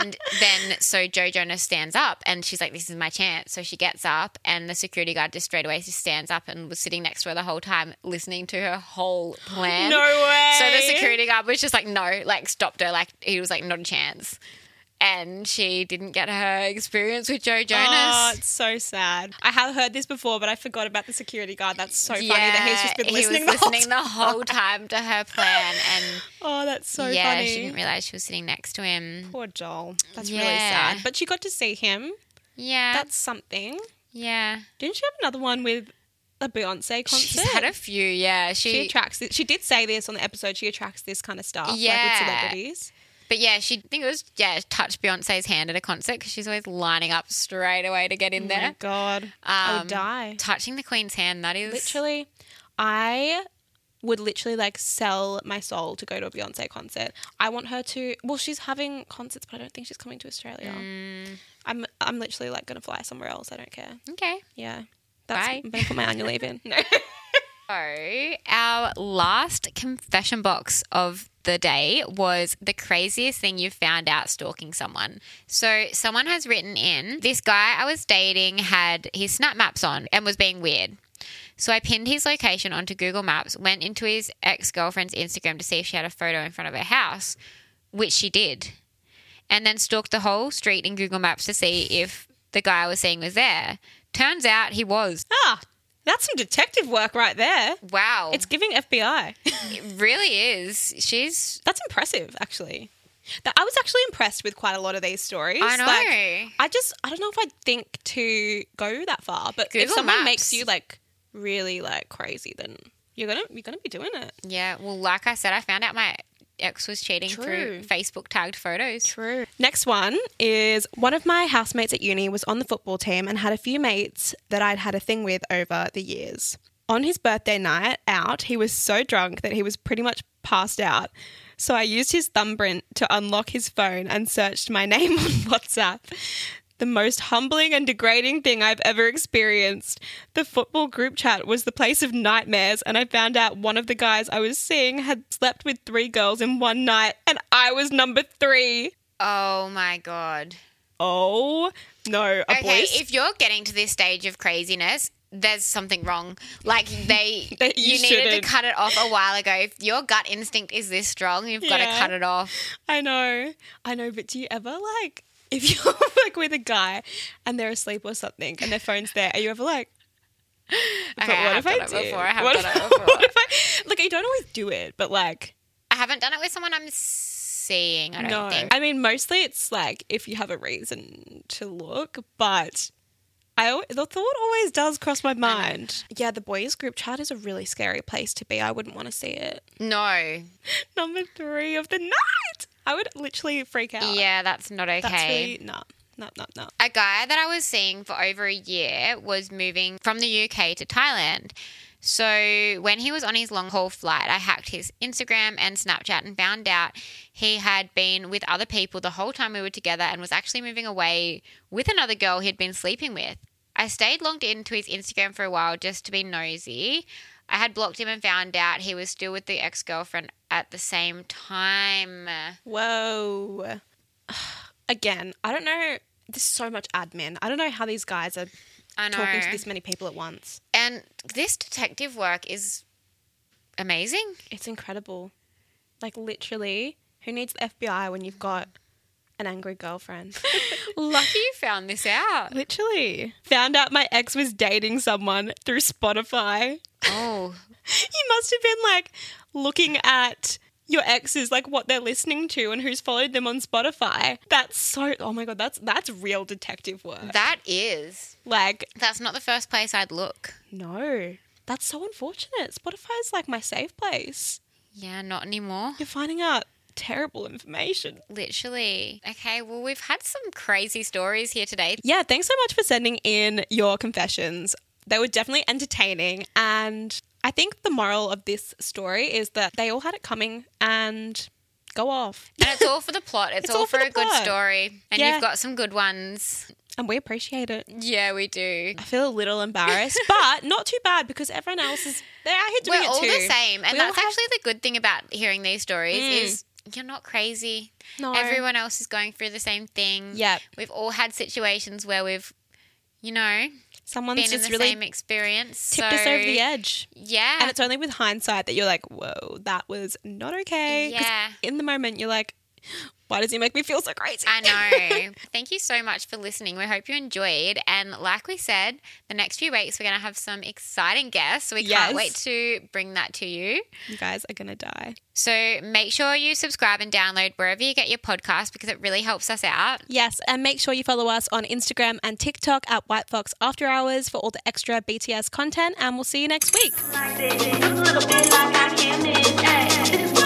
[SPEAKER 1] and then so Joe Jonas stands up and she's like, This is my chance. So she gets up and the security guard just straight away just stands up and was sitting next to her the whole time, listening to her whole plan.
[SPEAKER 2] No way.
[SPEAKER 1] So the security guard was just like, no, like stopped her. Like he was like, not a chance. And she didn't get her experience with Joe Jonas.
[SPEAKER 2] Oh, it's so sad. I have heard this before, but I forgot about the security guard. That's so funny that he's just been
[SPEAKER 1] he
[SPEAKER 2] listening,
[SPEAKER 1] was
[SPEAKER 2] the, whole
[SPEAKER 1] listening
[SPEAKER 2] time.
[SPEAKER 1] the whole time to her plan, and
[SPEAKER 2] Oh, that's (laughs) so
[SPEAKER 1] yeah,
[SPEAKER 2] funny.
[SPEAKER 1] she didn't realize she was sitting next to him.
[SPEAKER 2] Poor Joel. That's really
[SPEAKER 1] Yeah.
[SPEAKER 2] sad. But she got to see him.
[SPEAKER 1] Yeah,
[SPEAKER 2] That's something.
[SPEAKER 1] yeah.
[SPEAKER 2] Didn't she have another one with a Beyonce concert?
[SPEAKER 1] She's had a few. Yeah, she,
[SPEAKER 2] she attracts. This, she did say this on the episode. She attracts this kind of stuff, like with
[SPEAKER 1] Yeah.
[SPEAKER 2] celebrities.
[SPEAKER 1] but yeah, she I think it was yeah touched Beyonce's hand at a concert because she's always lining up straight away to get in
[SPEAKER 2] Oh
[SPEAKER 1] there. Um,
[SPEAKER 2] my god, I would die.
[SPEAKER 1] Touching the Queen's hand, that is
[SPEAKER 2] Literally, I would literally like sell my soul to go to a Beyonce concert. I want her to. Well, she's having concerts, but I don't think she's coming to Australia.
[SPEAKER 1] Mm.
[SPEAKER 2] I'm I'm literally like gonna fly somewhere else. I don't care.
[SPEAKER 1] okay.
[SPEAKER 2] Yeah, that's.
[SPEAKER 1] Bye.
[SPEAKER 2] I'm gonna put my annual
[SPEAKER 1] (laughs)
[SPEAKER 2] leave in. No.
[SPEAKER 1] So, our last confession box of the day was the craziest thing you've found out stalking someone. So, someone has written in this guy I was dating had his snap maps on and was being weird. So, I pinned his location onto Google Maps, went into his ex girlfriend's Instagram to see if she had a photo in front of her house, which she did, and then stalked the whole street in Google Maps to see if the guy I was seeing was there. Turns out he was.
[SPEAKER 2] Ah, that's some detective work right there.
[SPEAKER 1] Wow.
[SPEAKER 2] It's giving FBI.
[SPEAKER 1] really is. She's.
[SPEAKER 2] That's impressive, actually. That I was actually impressed with quite a lot of these stories.
[SPEAKER 1] I know.
[SPEAKER 2] Like, I just I don't know if I'd think to go that far, but if
[SPEAKER 1] Google
[SPEAKER 2] someone
[SPEAKER 1] Maps.
[SPEAKER 2] makes you like really like crazy, then you're gonna you're gonna be doing it.
[SPEAKER 1] yeah. Well, like I said, I found out my ex was cheating
[SPEAKER 2] True.
[SPEAKER 1] through Facebook tagged photos. True.
[SPEAKER 2] Next one is one of my housemates at uni was on the football team and had a few mates that I'd had a thing with over the years. On his birthday night out, he was so drunk that he was pretty much passed out. So I used his thumbprint to unlock his phone and searched my (laughs) name on WhatsApp. The most humbling and degrading thing I've ever experienced. The football group chat was the place of nightmares, and I found out one of the guys I was seeing had slept with three girls in one night, and I was number three.
[SPEAKER 1] Oh my god.
[SPEAKER 2] Oh no, a
[SPEAKER 1] Okay,
[SPEAKER 2] boy.
[SPEAKER 1] if you're getting to this stage of craziness, there's something wrong.
[SPEAKER 2] (laughs)
[SPEAKER 1] Like they,
[SPEAKER 2] That you
[SPEAKER 1] you, needed
[SPEAKER 2] shouldn't.
[SPEAKER 1] to cut it off a while ago. If your gut instinct is this strong, you've got
[SPEAKER 2] Yeah.
[SPEAKER 1] to cut it off.
[SPEAKER 2] I know. I know, but do you ever like (laughs) if you're like with a guy and they're asleep or something and their phone's there, are you ever like
[SPEAKER 1] Okay, I have done it
[SPEAKER 2] did?
[SPEAKER 1] before. I have
[SPEAKER 2] What
[SPEAKER 1] done it
[SPEAKER 2] (laughs) if-
[SPEAKER 1] before.
[SPEAKER 2] what if I- Like you don't always do it, but like
[SPEAKER 1] I haven't done it with someone I'm seeing. I don't
[SPEAKER 2] no.
[SPEAKER 1] think.
[SPEAKER 2] I mean, mostly it's like if you have a reason to look, but I al- the thought always does cross my mind. Yeah, the boys group chat is a really scary place to be. I wouldn't want to see it.
[SPEAKER 1] No.
[SPEAKER 2] Number three of the night. I would literally freak out.
[SPEAKER 1] Yeah, that's not okay.
[SPEAKER 2] Oh. that's really no, no, no, no.
[SPEAKER 1] a guy that I was seeing for over a year was moving from the UK to Thailand. So when he was on his long haul flight, I hacked his Instagram and Snapchat and found out he had been with other people the whole time we were together and was actually moving away with another girl he'd been sleeping with. I stayed logged into his Instagram for a while just to be nosy. I had blocked him and found out he was still with the ex girlfriend at the same time.
[SPEAKER 2] Whoa. (sighs) Again, I don't know. There's so much admin. I don't know how these guys are
[SPEAKER 1] I know.
[SPEAKER 2] talking to this many people at once.
[SPEAKER 1] And this detective work is amazing.
[SPEAKER 2] It's incredible. Like, literally, who needs the FBI when you've got an
[SPEAKER 1] (laughs)
[SPEAKER 2] angry girlfriend?
[SPEAKER 1] Lucky you found this out.
[SPEAKER 2] literally. Found out my ex was dating someone through Spotify.
[SPEAKER 1] (laughs) Oh,
[SPEAKER 2] You must have been like looking at your exes, like what they're listening to and who's followed them on Spotify. That's so, oh my God, that's, that's real detective work.
[SPEAKER 1] that is.
[SPEAKER 2] Like,
[SPEAKER 1] That's not the first place I'd look.
[SPEAKER 2] No. That's so unfortunate. Spotify is like my safe place.
[SPEAKER 1] Yeah, not anymore.
[SPEAKER 2] You're finding out terrible information.
[SPEAKER 1] Literally. Okay, well, we've had some crazy stories here today.
[SPEAKER 2] Yeah, thanks so much for sending in your confessions. They were definitely entertaining. And I think the moral of this story is that they all had it coming and go off.
[SPEAKER 1] And it's all for the plot. It's, all, for,
[SPEAKER 2] the
[SPEAKER 1] a good
[SPEAKER 2] plot.
[SPEAKER 1] story. And
[SPEAKER 2] Yeah.
[SPEAKER 1] you've got some good ones.
[SPEAKER 2] And we appreciate it.
[SPEAKER 1] Yeah, we do.
[SPEAKER 2] I feel a
[SPEAKER 1] (laughs)
[SPEAKER 2] little embarrassed, but not too bad because everyone else is, they're out here doing
[SPEAKER 1] We're
[SPEAKER 2] it
[SPEAKER 1] all Mm.
[SPEAKER 2] too.
[SPEAKER 1] the same. And
[SPEAKER 2] We all
[SPEAKER 1] that's
[SPEAKER 2] have-
[SPEAKER 1] actually the good thing about hearing these stories is you're not crazy.
[SPEAKER 2] No.
[SPEAKER 1] Everyone else is going through the same thing.
[SPEAKER 2] Yep.
[SPEAKER 1] We've all had situations where we've, you know,
[SPEAKER 2] Someone's
[SPEAKER 1] been in
[SPEAKER 2] just
[SPEAKER 1] the
[SPEAKER 2] really
[SPEAKER 1] same experience.
[SPEAKER 2] tipped
[SPEAKER 1] so,
[SPEAKER 2] us over the edge.
[SPEAKER 1] Yeah.
[SPEAKER 2] And it's only with hindsight that you're like, whoa, that was not okay. 'Cause
[SPEAKER 1] Yeah.
[SPEAKER 2] In the moment, you're like, why does he make me feel so crazy?
[SPEAKER 1] I know. (laughs) Thank you so much for listening. We hope you enjoyed. And like we said, the next few weeks we're going to have some exciting guests. We
[SPEAKER 2] Yes.
[SPEAKER 1] can't wait to bring that to you.
[SPEAKER 2] (laughs) you guys are going to die.
[SPEAKER 1] So make sure you subscribe and download wherever you get your podcast because it really helps us out.
[SPEAKER 2] Yes. And make sure you follow us on Instagram and TikTok at White Fox After Hours for all the extra BTS content. And we'll see you next week.
[SPEAKER 3] This is a little bit like I can it. Ay, This is